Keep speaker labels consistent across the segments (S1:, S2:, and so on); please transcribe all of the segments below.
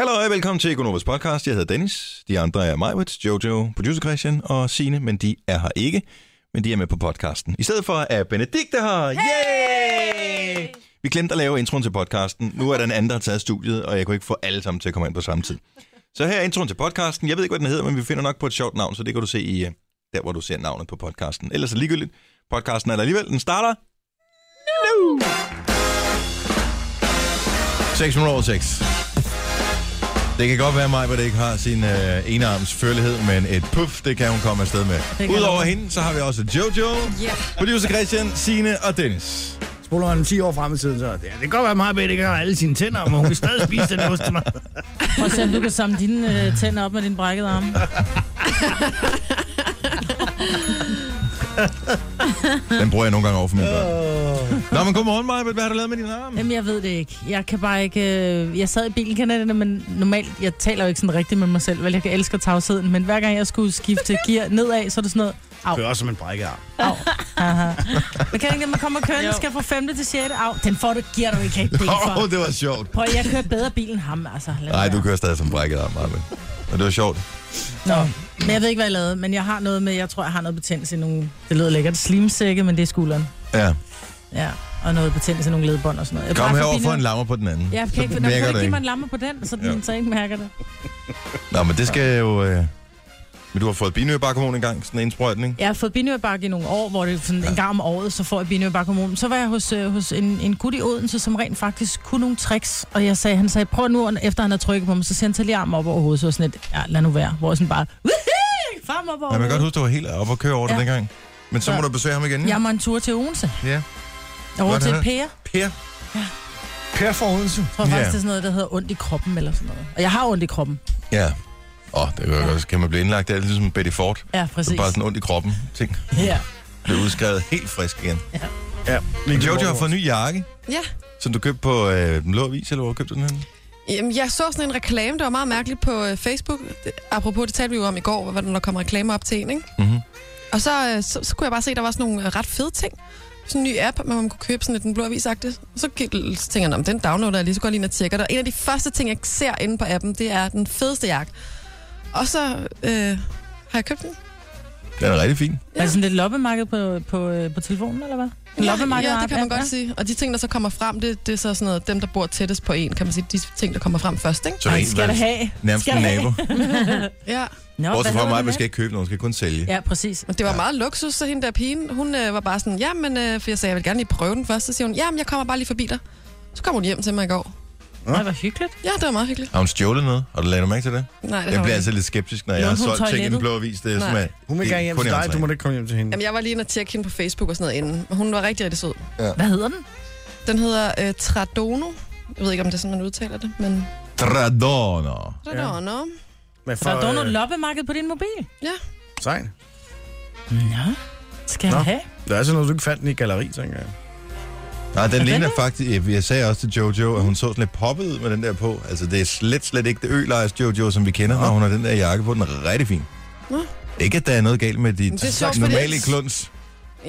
S1: Hallo og velkommen til Econovas podcast. Jeg hedder Dennis. De andre er Majwitz, Jojo, producer Christian og Sine, men de er her ikke. Men de er med på podcasten. I stedet for er Benedikte her. Yay! Vi glemte at lave introen til podcasten. Nu er der en anden, der har taget studiet, og jeg kunne ikke få alle sammen til at komme ind på samme tid. Så her er introen til podcasten. Jeg ved ikke, hvad den hedder, men vi finder nok på et sjovt navn, så det kan du se i øh, der, hvor du ser navnet på podcasten. Ellers er det ligegyldigt. Podcasten er der alligevel. Den starter 6 minutter over 6. Det kan godt være mig, hvor det ikke har sin øh, enarms førlighed, men et puff, det kan hun komme afsted med.
S2: kan
S1: Udover
S2: hun.
S1: hende, så har vi også Jojo,
S2: Ja.
S1: producer Christian, Sine og Dennis.
S3: spoler han 10 år frem i tiden, så ja, det kan godt være meget bedre, ikke har alle sine tænder, men hun kan stadig spise den ostemad.
S2: Prøv at se, om du kan samle dine øh, tænder op med din brækkede arm.
S1: Den bruger jeg nogle gange over for mine børn. Nå, men godmorgen, Maja. Hvad har du lavet med din arm?
S2: Jamen, jeg ved det ikke. Jeg kan bare ikke... Øh, jeg sad i bilen, kan jeg det, men normalt, jeg taler jo ikke sådan rigtigt med mig selv, vel? Jeg kan elsker tavsheden, men hver gang jeg skulle skifte gear nedad, så er det sådan noget... Au,
S3: Det er også som en brækkearm.
S2: au, haha. Men kan ikke, at man kommer kørende,
S4: Jo.
S2: skal fra 5. til 6. Au, den får du, giver du ikke rigtig
S1: Åh,
S2: for.
S1: oh, det var sjovt.
S2: Prøv, at- jeg kører bedre bil end ham, altså. Lad
S1: Nej,
S2: være.
S1: du kører stadig som brækket arm, Maja. Men det var sjovt.
S2: Nå, men jeg ved ikke, hvad jeg lavede, men jeg har noget med... Jeg tror, jeg har noget betændelse i nogle... Det lyder lækkert. Slimsække, men det er skulderen.
S1: Ja,
S2: Ja, og noget betændelse i nogle ledbånd og sådan noget. Jeg
S1: kom
S2: bare
S1: herover
S2: forbi
S1: for
S2: nu.
S1: en lammer på den anden.
S2: Ja, jeg
S1: Så
S2: kan ikke, for
S1: mærker
S2: kan
S1: du
S2: ikke give mig en lammer på den, så den
S1: Ja.
S2: så ikke mærker det.
S1: Nå, men det skal jo... Øh... Men du har fået binøbarkhormon en gang, sådan en indsprøjtning.
S2: Jeg har fået binøbark i nogle år, hvor det sådan en gang om året, så får jeg binøbarkhormon. Så var jeg hos, øh, hos en, en gut i Odense, som rent faktisk kunne nogle tricks. Og jeg sagde, han sagde, prøv nu, og efter han havde trykket på mig, så siger han, tag lige armen op over hovedet. Så var jeg sådan lidt, ja, lad nu være. Hvor jeg sådan bare, "Woohoo!" frem op over
S1: Ja, man kan godt
S2: hovedet.
S1: huske, du var helt oppe og køre over det
S2: Ja.
S1: dengang. Men så
S2: Ja.
S1: må du besøge ham igen.
S2: Jeg må en tur til Odense.
S1: Ja.
S2: Over
S1: Hvordan
S2: til
S1: er det?
S2: Per. Jeg
S1: Per.
S3: Per for Odense.
S2: tror faktisk,
S1: Ja.
S2: det er sådan noget, der hedder ondt i kroppen eller sådan noget. Og jeg har ondt i kroppen.
S1: Ja. Åh, oh, det kan, ja. kan man blive indlagt. Det er ligesom Betty Ford. Det
S2: Ja,
S1: er
S2: præcis.
S1: bare sådan ondt i kroppen. Ting
S2: Ja.
S1: bliver udskrevet helt frisk igen.
S3: Ja.
S1: Jojo har fået en ny jakke,
S4: Ja.
S1: som du købte på øh, den blå vis, eller hvor købte du den henne?
S4: Jamen, jeg så sådan en reklame, der var meget mærkeligt på øh, Facebook. Det, apropos, det talte vi jo om i går, hvordan der kom reklamer op til en, ikke?
S1: Mhm.
S4: Og så, øh, så, så kunne jeg bare se, at der var sådan nogle øh, ret fede ting. Sådan en ny app, hvor man kunne købe sådan lidt en blå avis -agtigt. Og så, gik, så tænker jeg, "Nå, men den downloader jeg lige, så går jeg lige ind og tjekker det. Og en af de første ting, jeg ser inde på appen, det er den fedeste jakke. Og så øh, har jeg købt den.
S1: Den er rigtig fin.
S2: Er det sådan lidt loppemarked på, på, øh, på telefonen, eller hvad? Loppemarked
S4: ja, ja, det
S2: app,
S4: kan man godt sige. Og de ting, der så kommer frem, det, det er så sådan noget, dem, der bor tættest på en, kan man sige, de ting, der kommer frem først, ikke?
S1: Så
S2: Ej,
S1: det er
S2: skal det
S1: en-
S2: have?
S1: nærmest
S2: Skal
S1: en
S2: det
S1: nabo.
S4: Ja.
S2: Nå,
S1: Bortset
S2: hvad
S1: fra
S2: hedder
S1: mig,
S2: den
S1: man
S2: her?
S1: skal ikke købe nogen, man skal kun sælge.
S2: Ja, præcis.
S4: Men det var meget luksus, så hende der pigen, hun øh, var bare sådan, ja, men, øh, for jeg sagde, jeg vil gerne lige prøve den først, så siger hun, ja, men jeg kommer bare lige forbi dig. Så kom hun hjem til mig i går.
S2: Det var hyggeligt.
S4: Ja, det var meget hyggeligt.
S1: Har hun stjålet noget? Har du lagt mærke til det?
S4: Nej, det
S1: Jeg
S4: var
S1: bliver
S4: hun
S1: altså lidt skeptisk, når jeg
S2: Lånte
S1: har
S2: hun
S1: solgt ting i den
S2: toilettet?
S1: blå avis. Det er
S4: Nej.
S1: som, at
S3: Hun vil
S1: det er
S3: gerne hjem
S1: kun
S3: til
S1: i
S3: dig, du må
S1: entréen.
S3: da ikke komme hjem til hende.
S4: ikke. Jamen, jeg var lige inde og tjekke hende på Facebook og sådan noget inden, men hun var rigtig, rigtig sød.
S2: Hvad hedder den?
S4: Den hedder øh, Tradono. Jeg ved ikke, om det er sådan, man udtaler det, men...
S1: Tradono.
S4: Tradono. Ja.
S3: Men
S2: Så er der
S1: øh,
S2: noget loppemarked på din mobil?
S3: øh, Sejt.
S2: Nå. Skal
S3: Nå.
S2: jeg have?
S3: Der er altså noget, du ikke fandt den i galleri, tænker jeg.
S1: Nej, den ligner
S2: det?
S1: faktisk... Jeg sagde også til Jojo, at hun så sådan lidt poppet ud med den der på. Altså, det er slet, slet ikke det ølejs Jojo, som vi kender, når hun har den der jakke på. Den er rigtig fin.
S4: Nå.
S1: Ikke, at der er noget galt med dit
S4: det er sjovt, fordi-
S1: normale kluns.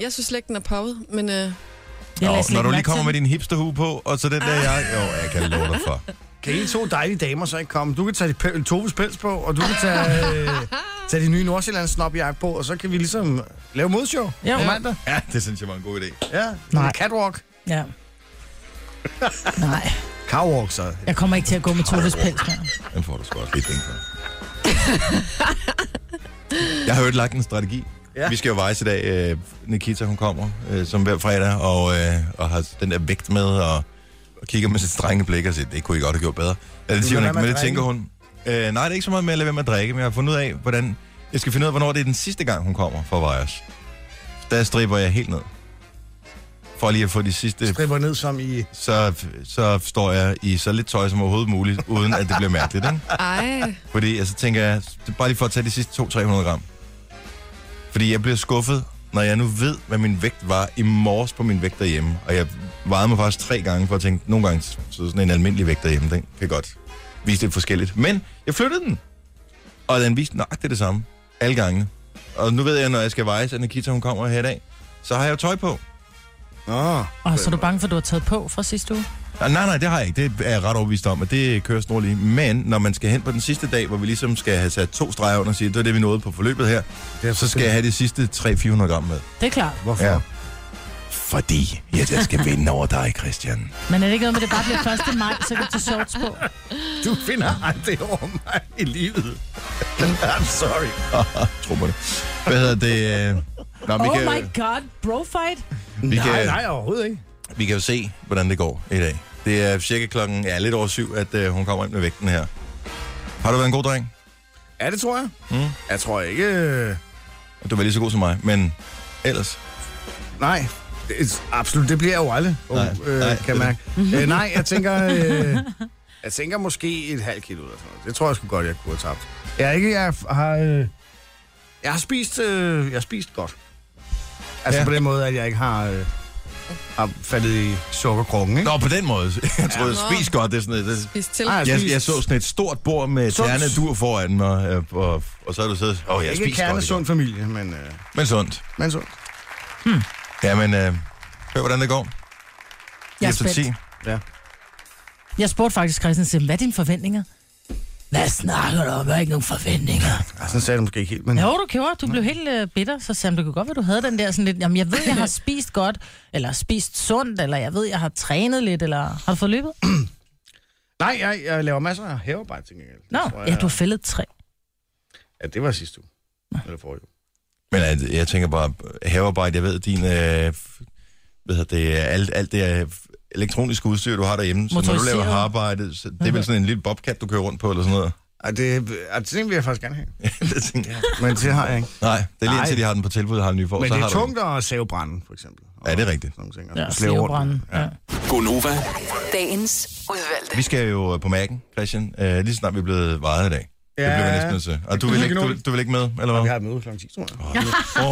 S4: Jeg synes slet ikke, den er poppet, men øh,
S2: Jeg
S1: Nå,
S2: lagde slet
S1: når du
S2: ikke
S1: lige
S2: mærke
S1: kommer
S2: til
S1: med din hipsterhue på, og så den
S4: Ah.
S1: der jakke... Jo, jeg kan love dig for.
S3: Kan I to dejlige damer så ikke komme? Du kan tage dit pe- Toves pels på, og du kan tage, øh, tage din nye Nordsjællands snopjakke på, og så kan vi ligesom lave modshow
S2: Jo.
S3: på mandag.
S1: Ja, det synes jeg var en god idé.
S3: Ja,
S2: Nej.
S3: Nej. catwalk.
S2: den. Ja. Nej,
S3: Catwalk, så.
S2: jeg kommer ikke til at gå med Toves pels mere.
S1: Den får du sgu også lidt penge for. Jeg har jo lagt en strategi. Ja.
S3: Ja.
S1: Vi skal jo vejse i dag. Øh, Nikita, hun kommer øh, som hver fredag, og, øh, og har den der vægt med, og, og kigger med sit strenge blik og siger, det kunne I godt have gjort bedre. Ja, det siger hun
S3: lader
S1: ikke,
S3: være
S1: men
S3: med
S1: det
S3: at
S1: tænker hun. Øh, nej, det er ikke så meget med at lade være med at drikke, men jeg har fundet ud af, hvordan... Jeg skal finde ud af, hvornår det er den sidste gang, hun kommer for at veje os. Der striber jeg helt ned. For lige at få de sidste
S3: Stripper ned som i...
S1: så, så står jeg i så lidt tøj som overhovedet muligt, uden at det bliver mærkeligt, ikke?
S4: ej,
S1: Fordi jeg så tænker jeg, det er bare lige for at tage de sidste 200-300 gram. Fordi jeg bliver skuffet, når jeg nu ved, hvad min vægt var i morges på min vægt derhjemme. Og jeg vejede mig faktisk tre gange for at tænke, nogle gange så sådan en almindelig vægt derhjemme, den kan godt vise det forskelligt. Men jeg flyttede den, og den viste nøjagtigt det samme alle gange. Og nu ved jeg, når jeg skal vejes, at Nikita hun kommer her i dag, så har jeg jo tøj på.
S3: Åh.
S2: Og så er du bange for, at du har taget på fra sidste uge?
S1: Nej, nej, det har jeg ikke. Det er jeg ret overbevist om, at det kører snorlig. Men når man skal hen på den sidste dag, hvor vi ligesom skal have sat to streger under og sige, det er det, vi nåede på forløbet her,
S3: Det er
S1: så skal jeg have de sidste 300-400 gram med.
S2: Det er klart.
S3: Hvorfor?
S1: Ja.
S3: Ja.
S1: Fordi jeg da skal vinde over dig, Christian.
S2: Men er det ikke noget med, at det bare bliver 1. maj, så kan du tage shorts på?
S3: Du finder aldrig over mig i livet. I'm sorry.
S1: Tro på det. Hvad hedder det? øh? Nå, vi,
S2: Oh
S1: kan,
S2: my god, bro fight.
S1: vi,
S3: Nej,
S1: kan,
S3: nej, overhovedet ikke.
S1: vi kan jo se, hvordan det går i dag. Det er cirka klokken ja, lidt over syv, at øh, hun kommer ind med vægten her. Har du været en god dreng?
S3: Ja, det tror jeg.
S1: Mm.
S3: Jeg tror ikke... øh,
S1: Du var lige så god som mig, men ellers.
S3: Nej, det, er- absolut. Det bliver jeg jo aldrig,
S1: Nej,
S3: nej, øh,
S1: nej.
S3: nej, kan jeg mærke. øh, nej, jeg tænker... Øh, jeg tænker måske et halvt kilo eller sådan noget. Det tror jeg sgu godt, jeg kunne have tabt. Jeg er ikke... Jeg har... Øh, jeg har spist... Øh, jeg har spist godt. Altså
S1: Ja.
S3: ja. på den måde, at jeg ikke har... Øh, har faldet i sukkerkrogen, ikke?
S1: Nå, på den måde. Jeg troede, spis godt. Det er sådan, det,
S5: Spis til.
S3: Ej,
S5: Ej,
S1: Jeg,
S3: spist-
S1: jeg så sådan et stort bord med
S3: Sundt.
S1: terne dur foran, og, og, og, og så er du så, åh, oh, jeg
S3: ikke
S1: spiser godt. i
S3: kernesund familie, men, øh,
S1: går." Men sundt.
S3: men sund.
S1: Ja, men øh, hør, hvordan det går.
S2: Jeg er
S1: Efter
S2: spændt.
S1: 10.
S3: Ja.
S2: Jeg spurgte faktisk Christian, siger, hvad er dine forventninger? Hvad snakker du om? Jeg har ikke nogen forventninger.
S3: Ej, sådan sagde jeg det måske ikke helt, men...
S2: Jo, du gjorde. Du blev helt øh, bitter, så Sam, det kunne godt være, du havde den der sådan lidt, jamen jeg ved, jeg har spist godt, eller spist sundt, eller jeg ved, jeg har trænet lidt, eller har du fået løbet?
S3: Nej, jeg, jeg laver masser af havearbejde, tænker jeg. Det
S2: Nå,
S3: tror jeg-
S2: ja, du har fældet tre.
S3: Ja, det var sidste uge. Eller forrige uge.
S1: Men øh, jeg tænker bare, havearbejde, jeg ved, din, øh, hvad hedder det, alt, alt det øh, elektroniske udstyr, du har derhjemme, så når du laver
S2: Motoriseret. Mhm.
S1: havearbejde, så det er vel sådan en lille bobcat, du kører rundt på, eller sådan noget.
S3: Ej, det, ej, det vil jeg faktisk gerne have.
S1: det tænker jeg.
S3: Men det har jeg ikke.
S1: Nej, det er lige
S3: Nej.
S1: indtil de har den på tilbud, har en ny for,
S3: Men
S1: så
S3: det er
S1: har du den.
S3: tungt at save branden, for eksempel.
S1: Ja, det er rigtigt.
S3: Sådan nogle ting, og
S2: Ja,
S3: slæve rundt.
S2: slevebranden. Ja.
S6: Gonova,
S7: Dagens udvalgte.
S1: Vi skal jo øh, på mærken, Christian, øh, lige så snart vi er blevet vejet i dag. Ja. Det bliver vi
S3: Ja.
S1: næsten nødt til. Og du vil, ikke, du, du vil ikke med, eller hvad?
S3: Vi har et møde kl. 10, tror jeg.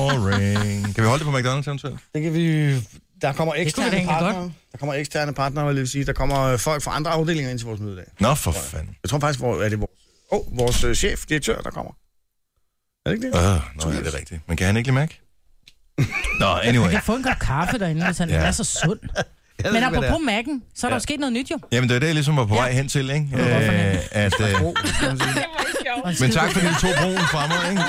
S1: Boring. Kan vi holde det på McDonald's eventuelt?
S3: Det kan vi... Der kommer eksterne
S2: det hænger
S3: partnere. Der kommer eksterne partnere, vil jeg lige sige. Der kommer øh, folk fra andre afdelinger ind til vores møde i dag.
S1: Nå, for fanden.
S3: Jeg tror faktisk, hvor er det vores... Åh, oh, vores øh, chef, direktør, der kommer. Er det ikke det?
S1: Øh, nå, ja, det er rigtigt. Men kan han ikke lide Mac? Nå, anyway.
S2: Jeg får en kop kaffe derinde, hvis han
S1: Ja.
S2: ja. er så sund.
S3: Jeg ved
S2: Men
S3: ikke, hvad det
S2: apropos mærken, så er der jo sket noget nyt jo.
S1: Jamen, det er det, jeg ligesom var på vej hen til, ikke?
S2: var godt
S1: Øh, at, øh,
S3: er. Bro, kan man sige.
S1: men tak fordi du tog broen fra mig, ikke?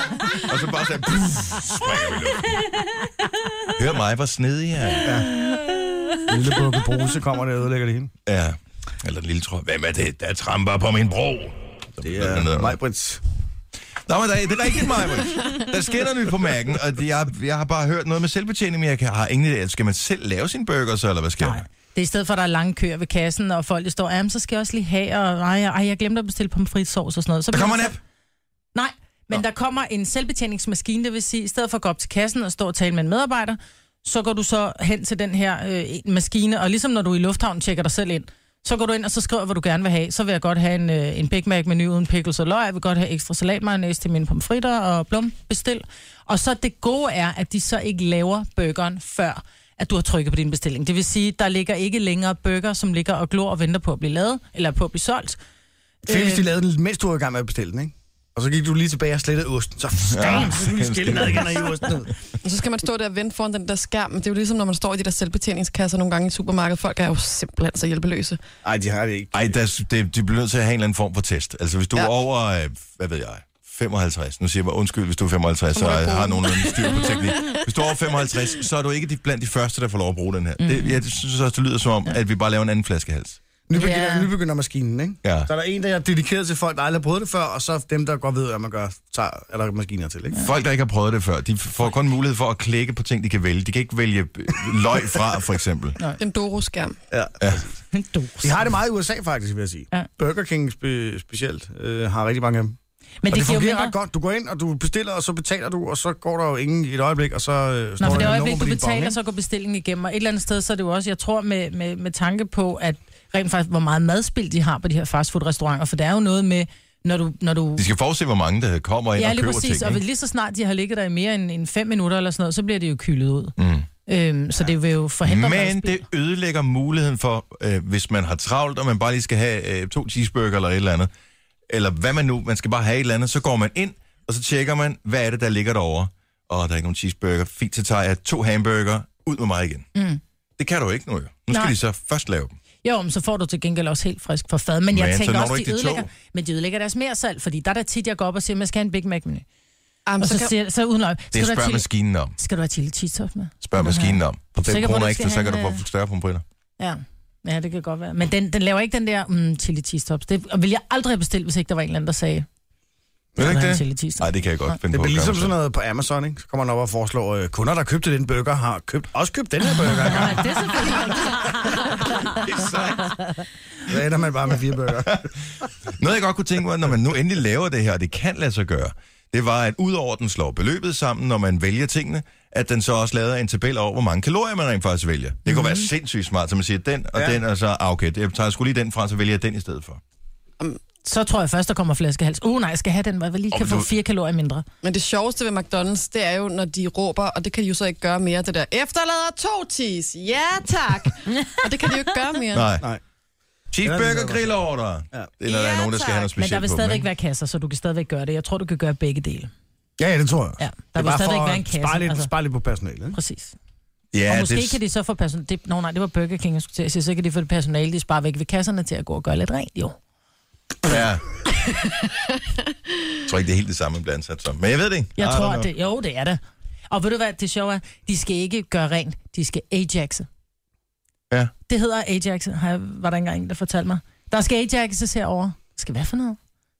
S1: Og så bare sagde... "Puff", springer vi i luften. Hør mig, hvor snedig jeg er.
S3: Lille Bukke Bruse kommer der og ødelægger det hele.
S1: Ja. Eller den lille tror. Hvem er det, der tramper på min bro?
S3: Det er Majbrits.
S1: Nå, men der, det er da ikke en mig, Der sker noget nyt på mærken, og det- jeg, jeg har bare hørt noget med selvbetjening, men jeg kan- har ingen idé. Skal man selv lave sine burgers, eller hvad sker der?
S2: Nej. Det er i stedet for, at der er lange køer ved kassen, og folk de står, jamen, så skal jeg også lige have, og nej, ej, jeg glemte at bestille pomfritsovs og sådan noget. Så
S1: Der
S2: bliver
S1: kommer en
S2: det-
S1: app.
S2: Nej, men der kommer en selvbetjeningsmaskine, det vil sige, i stedet for at gå op til kassen og stå og tale med en medarbejder, så går du så hen til den her øh, maskine, og ligesom når du i lufthavnen tjekker dig selv ind, så går du ind og så skriver, hvad du gerne vil have. Så vil jeg godt have en, øh, en Big Mac-menu uden pickles og løg. Jeg vil godt have ekstra salatmayonnaise til mine pomfritter og blom bestil. Og så det gode er, at de så ikke laver burgeren før, at du har trykket på din bestilling. Det vil sige, der ligger ikke længere burger, som ligger og glor og venter på at blive lavet, eller på at blive solgt.
S3: Fedt, hvis de lavede den, mens du var i gang med at bestille den, ikke? Og så gik du lige tilbage og slettede osten. Så damn, så skulle vi skille mad igen og hive osten ned.
S5: så skal man stå der og vente foran den der skærm. Det er jo ligesom, når man står i de der selvbetjeningskasser nogle gange i supermarkedet. Folk er jo simpelthen så hjælpeløse.
S3: Ej, de har det ikke.
S1: Ej, der, det, de bliver nødt til at have en eller anden form for test. Altså, hvis du ja. er
S5: Ja.
S1: over, øh, hvad ved jeg, 55. Nu siger jeg bare, undskyld, hvis du er 55, så
S5: må du
S1: jeg
S5: bruge
S1: har
S5: den.
S1: nogen styr på teknik. Hvis du er over 55, så er du ikke de, blandt de første, der får lov at bruge den her. Det, jeg synes også, det lyder som om, ja. at vi bare laver en anden flaskehals.
S3: Nybegynder,
S2: Ja.
S3: yeah. nybegynder maskinen, ikke?
S1: Ja.
S3: Så er der en, der er dedikeret til folk, der aldrig har prøvet det før, og så dem, der godt ved, hvad man gør, tager, er der maskiner til, ikke?
S1: Folk, der ikke har prøvet det før, de får kun mulighed for at klikke på ting, de kan vælge. De kan ikke vælge øh, løg fra, for eksempel.
S5: En Doro-skærm.
S3: Ja.
S2: En
S3: De har det meget i USA, faktisk, vil jeg sige.
S2: Ja.
S3: Ja. Burger King spe- specielt øh, har rigtig mange af dem. Og
S2: Men
S3: det, det
S2: giver jo
S3: fungerer
S2: mindre-
S3: ret godt. Du går ind, og du bestiller, og så betaler du, og så går der jo ingen i et øjeblik, og så øh, står
S2: Nå, for det
S3: der et
S2: øjeblik,
S3: nummer
S2: du
S3: på din bong,
S2: betaler,
S3: ikke?
S2: så går bestillingen igennem. Og et eller andet sted, så er det jo også, jeg tror, med, med, med tanke på, at rent faktisk, hvor meget madspild de har på de her fastfood-restauranter. For der er jo noget med, når du... Når du
S1: De skal forudse, hvor mange, der kommer ind
S2: ja,
S1: og
S2: lige
S1: køber
S2: præcis.
S1: ting.
S2: Og
S1: Ikke?
S2: lige så snart de har ligget der i mere end, end fem minutter eller sådan noget, så bliver det jo kylet ud.
S1: Mm.
S2: Øhm, så det vil jo forhindre
S1: Men
S2: madspild.
S1: det ødelægger muligheden for, øh, hvis man har travlt, og man bare lige skal have øh, to cheeseburger eller et eller andet, eller hvad man nu, man skal bare have et eller andet, så går man ind, og så tjekker man, hvad er det, der ligger derovre. Og der er ikke nogen cheeseburger. Fint, så tager jeg to hamburger. Ud med mig igen. Mm. Det kan du ikke nu, jo. Nu skal
S2: Nej.
S1: de så først lave dem.
S2: Jo, men så får du til gengæld også helt frisk for fad. Men jeg
S1: Men så
S2: men, tænker
S1: når
S2: også,
S1: du
S2: de
S1: ikke de to.
S2: ødelægger, men de ødelægger deres mere salg, fordi der er der tit, jeg går op og siger, at man skal have en Big Mac menu.
S5: Jamen,
S2: Og
S5: så
S2: så,
S5: kan,
S2: siger, så uden løg,
S1: Det
S2: skal, du have
S1: spørger
S2: chili,
S1: maskinen om.
S2: skal du have chili cheese sauce med?
S1: Spørger maskinen om. For
S2: Sikker
S1: 5
S2: på,
S1: kroner
S2: du
S1: ekstra,
S2: skal
S1: så kan du
S2: have en, øh,
S1: få større pomfritter.
S2: Ja. Ja, det kan godt være. Men den, den laver ikke den der mm, chili cheese tops. Det og vil jeg aldrig have bestilt, hvis ikke der var en eller anden, der sagde,
S1: Vil du
S2: "Vil du
S1: ikke
S2: have en
S1: det?
S2: chili cheese
S1: Nej,
S2: tops.
S1: det kan jeg godt finde
S3: Det
S1: på.
S3: bliver
S1: at
S3: ligesom
S1: gøre
S3: sådan
S1: mig
S3: noget på Amazon, ikke? Så kommer man op og foreslår, øh, kunder, der købte den burger, har købt, også købt den her burger.
S2: Nej, det er selvfølgelig
S3: Så ender man bare med fire burger.
S1: selv. Noget, jeg godt kunne tænke mig, når man nu endelig laver det her, og det kan lade sig gøre, det var, at udover at den slår beløbet sammen, når man vælger tingene, at den så også lader en tabel over, hvor mange kalorier man rent faktisk vælger. Det kunne være sindssygt smart, så man siger den og
S3: Ja.
S1: den, og så, ah, okay, jeg tager sgu lige den fra, så vælger jeg den i stedet for.
S2: Så tror jeg først, der kommer flæskehals. Uh, nej, jeg skal have den, hvor jeg lige
S1: Åh,
S2: kan
S1: men
S2: få
S1: du-
S2: fire kalorier mindre.
S5: men det sjoveste ved McDonald's, det er jo, når de råber, og det kan de jo så ikke gøre mere, det der, efterlader to tis, ja tak. og det kan de jo ikke gøre mere.
S1: Nej.
S3: Nej.
S1: Cheeseburger grill order. Ja.
S3: Ja.
S1: Eller der er
S5: Ja,
S1: nogen, der skal have noget
S5: tak.
S2: Men
S1: specielt
S2: der vil
S1: på dem,
S2: stadigvæk
S1: ikke?
S2: være kasser, så du kan stadigvæk gøre det. Jeg tror, du kan gøre begge dele.
S3: Ja, ja, det tror jeg.
S2: Ja, der
S3: Det er
S2: vil
S3: bare
S2: stadigvæk
S3: for at
S2: være en kasse,
S3: Spare lidt,
S2: altså.
S3: spare lidt på personalet. ikke?
S2: Præcis.
S1: Ja,
S2: Ja, og måske
S1: det,
S2: det... kan de så få personale... Det... Nå nej, det var Burger King, jeg skulle til at sige. Så kan de få det personale, de sparer væk ved kasserne til at gå og gøre lidt rent, jo.
S1: Ja. jeg tror ikke, det er helt det samme, man bliver ansat som. Men jeg ved Ah, det ikke.
S2: Jeg
S1: I
S2: tror,
S1: don't
S2: at
S1: know.
S2: det... Jo, det er det. Og ved du hvad, det sjove er, de skal ikke gøre rent, de skal Ajaxe.
S1: Ja.
S2: Det hedder Ajaxe, har jeg... var der engang en, der fortalte mig. Der skal Ajaxes herovre. Skal hvad for noget?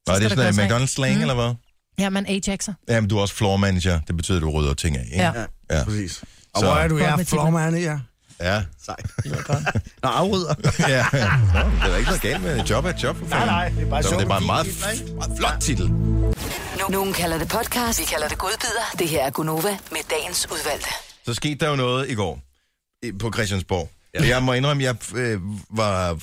S1: Nå, det er
S2: skal der
S1: sådan noget
S2: gøres rent.
S1: McDonald's slang, mm.
S2: Mm.
S1: eller hvad?
S2: Ja, man Ajaxer.
S1: Ja, men du er også floor manager. Det betyder, at du rydder ting af, ikke?
S2: Ja.
S1: Ja.
S3: Præcis. Og
S1: Så-
S3: hvor er du? Jeg
S2: Godt
S3: er
S2: med titlen.
S3: flormand, ja.
S1: Ja.
S3: Sej.
S2: Det lyder godt.
S3: Nå, afrydder.
S1: ja. Nå, det er da ikke noget galt med et job er et job, for fanden.
S3: nej, det er bare
S1: Så
S3: sjovt.
S1: Det er bare en meget,
S3: Fint, ikke?
S1: meget flot titel.
S7: Nu- Nogen kalder det podcast, vi kalder det godbider. Det her er Gunova med dagens udvalgte.
S1: Så skete der jo noget i går i- på Christiansborg. Ja. Jeg må indrømme, jeg øh, var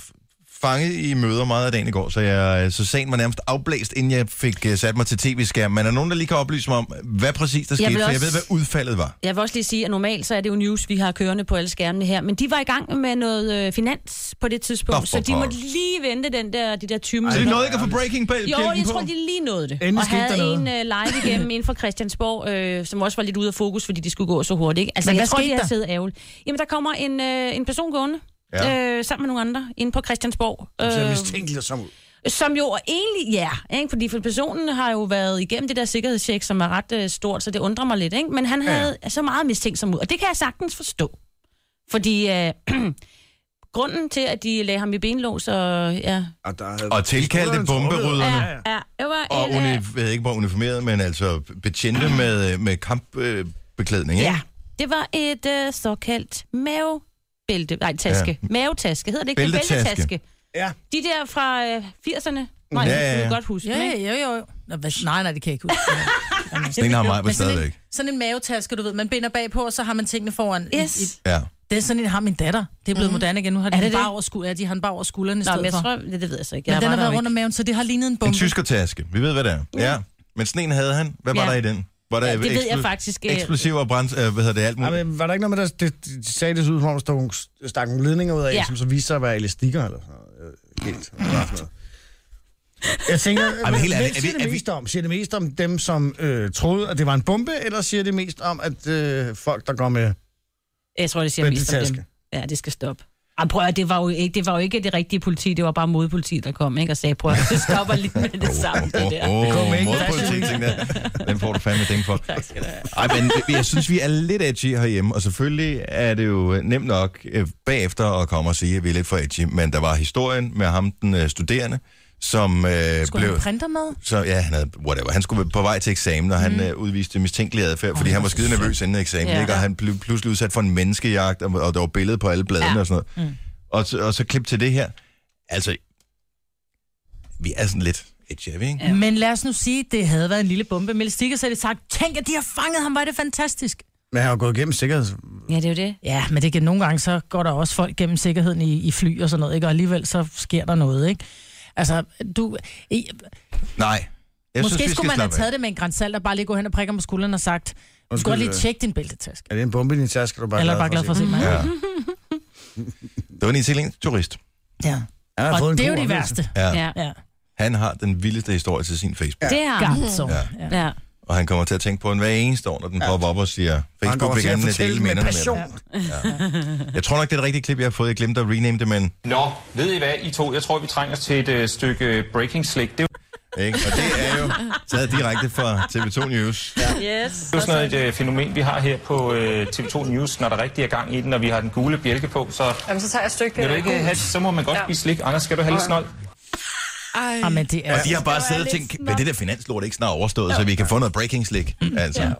S1: fanget i møder meget af dagen i går, så, jeg, øh, så sagen var nærmest afblæst, inden jeg fik øh, sat mig til tv-skærmen. Men er der nogen, der lige kan oplyse mig om, hvad præcis der
S6: Jeg
S1: skete?
S6: vil
S1: For jeg
S6: også-
S1: ved, hvad udfaldet var.
S6: Jeg vil også lige sige, at normalt så er det jo news, vi har kørende på alle skærmene her, men de var i gang med noget øh, finans på det tidspunkt,
S1: Nå, for
S6: så de måtte
S1: pokker.
S6: lige vente den der, de der 20
S1: Så
S6: minutter.
S1: de nåede ikke at få breaking bell
S6: Jo, jeg tror, de lige nåede det.
S3: Endelig
S6: og
S3: skete
S6: havde
S3: der
S6: en øh, live igennem inden fra Christiansborg, øh, som også var lidt ude af fokus, fordi de skulle gå så hurtigt. Ikke? Altså,
S2: Men
S6: Men
S2: hvad
S6: jeg tror,
S2: skete
S6: de har
S2: der?
S6: siddet ærgerligt. Jamen, der kommer en, øh, en person gående,
S1: Ja.
S6: ja. øh, sammen med nogle andre, inde på Christiansborg.
S3: Det ser
S6: Øh,
S3: mistænkeligt som ud.
S6: som jo egentlig, ja, ikke? fordi for personen har jo været igennem det der sikkerhedstjek, som er ret øh, stort, så det undrer mig lidt, ikke? men han havde ja. så meget mistænkt som ud, og det kan jeg sagtens forstå. Fordi øh, grunden til, at de lagde ham i benlås, og ja,
S3: Og, der havde-
S1: Og tilkaldte bomberydderne.
S6: ja, ja det var
S1: Og
S6: en, øh,
S1: uni, jeg ved ikke bare uniformeret, men altså betjente med, øh, med kampbeklædning, ikke?
S6: ja, det var et øh, såkaldt mavebælte, nej, taske, ja. mavetaske, hedder det ikke?
S1: Bæltetaske.
S6: Bæltetaske.
S3: Ja.
S6: De der fra øh, 80'erne, nej,
S1: Ja,
S6: ja,
S1: ja,
S6: ja. jeg
S1: ja.
S6: kan godt huske,
S2: Ja,
S6: ja,
S2: ja, jo, jo. Nå, hvad, nej, nej, det kan jeg ikke huske.
S1: Den har mig
S2: Men
S1: vel
S2: sådan en,
S1: stadigvæk.
S2: sådan en mavetaske, du ved, man binder bagpå, og så har man tingene foran. i-
S6: Yes.
S2: i-
S1: Ja.
S2: Det er sådan en, har min datter. Det er blevet mm. moderne igen. Nu har de
S6: Er
S2: den
S6: det
S2: bare
S6: det?
S2: over skulderen. Ja, de har den bare over skulderen i
S6: Nå,
S2: stedet
S6: men jeg
S2: for.
S6: tror, det, det ved jeg så ikke.
S2: men
S6: Jeg
S2: den har
S6: var der
S2: været
S6: jo
S2: rundt om maven, så det har lignet en
S1: En
S2: bombe.
S1: tyskertaske, vi ved, hvad det er. Ja. Men sneen havde han. Hvad var
S6: Ja.
S1: der i den? Var der
S6: Ja, det ved jeg faktisk, øh,
S1: Eksplosiver og brænds... Øh, hvad hedder det? Alt
S3: Ja,
S1: muligt.
S3: men var der ikke noget med, der det, de sagde det så ud, som om der stod nogle- stak nogle ledninger ud af, ja.
S6: Ja.
S3: som så viste sig at være elastikker eller sådan noget. Øh, Helt. eller hvad for noget. Jeg tænker, Ej,
S1: men
S3: men
S1: helt
S3: helt
S1: ærligt, er
S3: siger
S1: vi-
S3: det
S1: er vi-
S3: mest om? Siger det mest om dem, som øh, troede, at det var en bombe, eller siger det mest om, at øh, folk, der går med...
S6: Jeg tror, det siger mest om
S3: Bæltetaske.
S6: dem. Ja, det skal stoppe. Ej, prøv at, høre, det var, jo ikke, det var jo ikke det rigtige politi, det var bare modpoliti, der kom, ikke? Og sagde, prøv at, høre, det stopper lige med det samme, det der.
S1: Åh,
S3: kom ikke.
S1: modpolitik, tænkte jeg. Den får du fandme ding for. Ej, men jeg synes, vi er lidt edgy herhjemme, og selvfølgelig er det jo øh, nemt nok øh, bagefter at komme og sige, at vi er lidt for edgy, men der var historien med ham, den øh, studerende, som øh,
S2: Skulle
S1: blev...
S2: han printer med?
S1: Så ja, han havde, whatever. Han skulle på vej til eksamen, og han mm. øh, udviste mistænkelig adfærd, fordi han var skide nervøs inden eksamen, ja.
S6: Ja.
S1: ikke? og han blev pludselig udsat for en menneskejagt, og, og der var billede på alle bladene ja.
S6: Ja.
S1: og sådan noget. Mm. Og, så- og så klip til det her. Altså, vi er sådan lidt edgy, er vi, ikke?
S2: Ja. Men lad os nu sige, det havde været en lille bombe. Mille Stikker sagde sagt, tænk, at de har fanget ham, var det fantastisk.
S3: Men han har jo gået igennem sikkerheds...
S6: Ja, det er jo det.
S2: Ja, men det kan nogle gange, så går der også folk gennem sikkerheden i, i fly og sådan noget, ikke? og alligevel så sker der noget, ikke? Altså, du... I,
S1: Nej. Jeg
S2: måske
S1: synes, vi skal
S2: skulle man have
S1: slappe
S2: taget det med en grænsalt og bare lige gå hen og prikke ham på skulderen og sagt, du skal
S3: Undskyld,
S2: godt lige
S3: øh,
S2: tjekke din bæltetaske.
S3: Er det en bombe i din taske, du er bare
S2: Eller bare glad for at se mig.
S1: af. Mm. Ja. Det var en italiensk-turist.
S2: Ja.
S3: Han har fået
S2: Og
S3: en
S2: det er jo
S3: god
S2: de
S3: oplevelse.
S2: værste.
S1: Ja.
S6: Ja.
S2: Ja.
S6: Ah.
S1: Han har den vildeste historie til sin Facebook.
S6: Det er
S2: Garn, så. Ja.
S6: ja.
S1: Og han kommer til at tænke på en hver eneste år, når den ja. popper op og siger,
S3: Han
S1: Facebook
S3: kommer
S1: vil
S3: til at
S1: gerne
S3: fortælle
S1: dele
S3: med
S1: minderne med
S3: passion.
S1: dig. Jeg tror nok, det er det rigtige klip, jeg har fået. Jeg glemte at rename det, men...
S8: Nå, ved I hvad, I to? Jeg tror, vi trænger til et øh, stykke breaking slick. Det er
S1: Ikke? Og det er jo taget direkte fra TV2 News. Ja.
S6: Yes.
S8: jo sådan et øh, fænomen, vi har her på øh, TV2 News, når der rigtig er gang i den, og vi har den gule bjælke på. Så
S9: Jamen, så tager jeg et stykke...
S8: vil du ikke
S9: øh,
S8: have, så må man godt spise slik. Anders, skal du have lidt snold?
S5: Ej.
S2: Jamen, det er...
S1: Og de har bare siddet og tænkt, hvad er det der finanslort ikke snart overstået, så vi kan få noget breaking slik.
S3: Mm.
S1: Altså,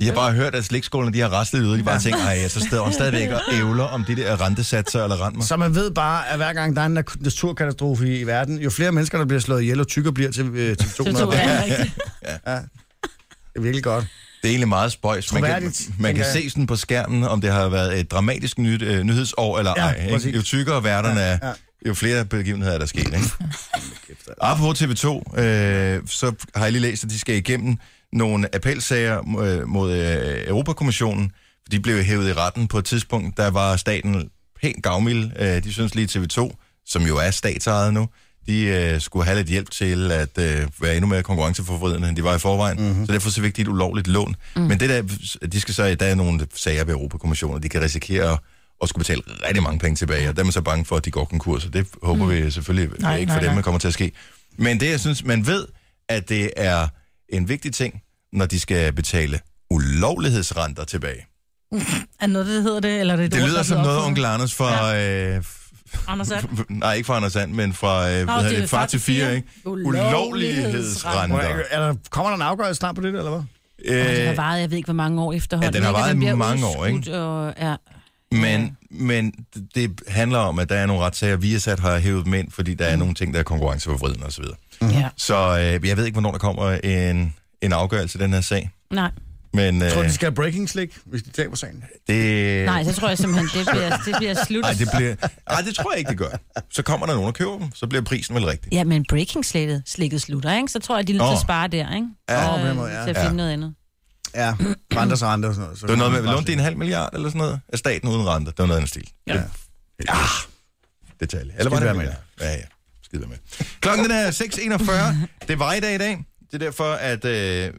S1: de har bare hørt, at slikskålene de har raslet ud, de bare tænkt, ej, så sidder hun stadigvæk og ævler om de der rentesatser eller rentmer.
S3: Så man ved bare, at hver gang der er en nat- naturkatastrofe i, i verden, jo flere mennesker, der bliver slået ihjel, jo tykkere bliver til, øh, til 200.
S6: ja.
S3: Det er virkelig godt.
S1: Det er egentlig meget spøjs. Man kan,
S3: Troværdigt,
S1: man kan
S3: tænker jeg.
S1: se sådan på skærmen, om det har været et dramatisk nyt, øh, nyhedsår eller
S3: Ja,
S1: ej. Ikke?
S3: præcis.
S1: Jo tykkere værterne er, jo flere begivenheder er der sket. Ikke? Apropos TV2, øh, så har jeg lige læst, at de skal igennem nogle appelsager øh, mod øh, Europakommissionen. De blev hævet i retten på et tidspunkt, der var staten pænt gavmild. Øh, de synes lige TV2, som jo er statsejet nu, de øh, skulle have lidt hjælp til at øh, være endnu mere konkurrenceforvridende, end de var i forvejen. Mm-hmm. Så derfor så fik de et ulovligt lån. Mm. Men det der, de skal så, der er nogle sager ved Europakommissionen, de kan risikere at, at skulle betale rigtig mange penge tilbage, og der er man så bange for, at de går konkurs, og det håber mm. vi selvfølgelig nej,
S2: Nej,
S1: ikke for
S2: nej,
S1: dem,
S2: nej.
S1: der kommer til at ske. Men det, jeg synes, man ved, at det er en vigtig ting, når de skal betale ulovlighedsrenter tilbage.
S2: Er noget, det hedder det? Eller er det, et
S1: Det
S2: ord,
S1: lyder
S2: der
S1: som
S2: blev
S1: noget,
S2: opfundet?
S1: onkel Anders fra... Øh,
S2: Anders Sand.
S1: nej, ikke fra Anders Sand, men fra øh, Nå,
S2: det
S1: det,
S2: er
S1: det, Far til 4, ikke?
S2: Ulovlighedsrenter.
S3: Må
S1: Ulovlighedsrenter.
S3: jeg- Er der, kommer der en afgørelse snart på det, eller hvad?
S6: Og den
S1: Øh,
S6: har varet, jeg ved ikke, hvor mange år efterhånden.
S1: Ja, den har
S6: ikke? Og
S1: varet
S6: bliver
S1: mange år, ikke?
S6: udskudt, Og, ja.
S1: Men, men det handler om, at der er nogle retssager, vi har sat har hævet dem ind, fordi der er nogle ting, der er konkurrenceforvridende osv.
S6: Mm. ja.
S1: Så øh, jeg ved ikke, hvornår der kommer en, en afgørelse i den her sag.
S6: Nej.
S1: Men øh,
S3: Tror du, de skal have breaking slick, hvis de taber sagen?
S1: det...
S6: Nej, så tror jeg simpelthen, det bliver, det bliver slut.
S1: Ej, det bliver... Ej, det tror jeg ikke, det gør. Så kommer der nogen og køber dem, så bliver prisen vel rigtig.
S6: Ja, men breaking slættet, slikket slutter, ikke? Så tror jeg, de er nødt til at
S1: Åh.
S6: spare der, ikke?
S3: Ja. Åh, på
S6: øh,
S3: den måde, ja.
S6: Til at
S1: Ja.
S6: finde noget andet.
S3: Ja, renter sig renter og sådan noget. Så
S1: Det var noget med, at vi lånte en halv milliard eller sådan noget af staten uden rente. Det var noget andet stil.
S3: Ja. ja.
S1: Detalje. Eller var
S3: Skide
S1: det
S3: være
S1: en
S3: med
S1: milliard? Ja, ja. Skide være med. Klokken den er 6.41. Det var i dag i dag. Det er derfor, at øh,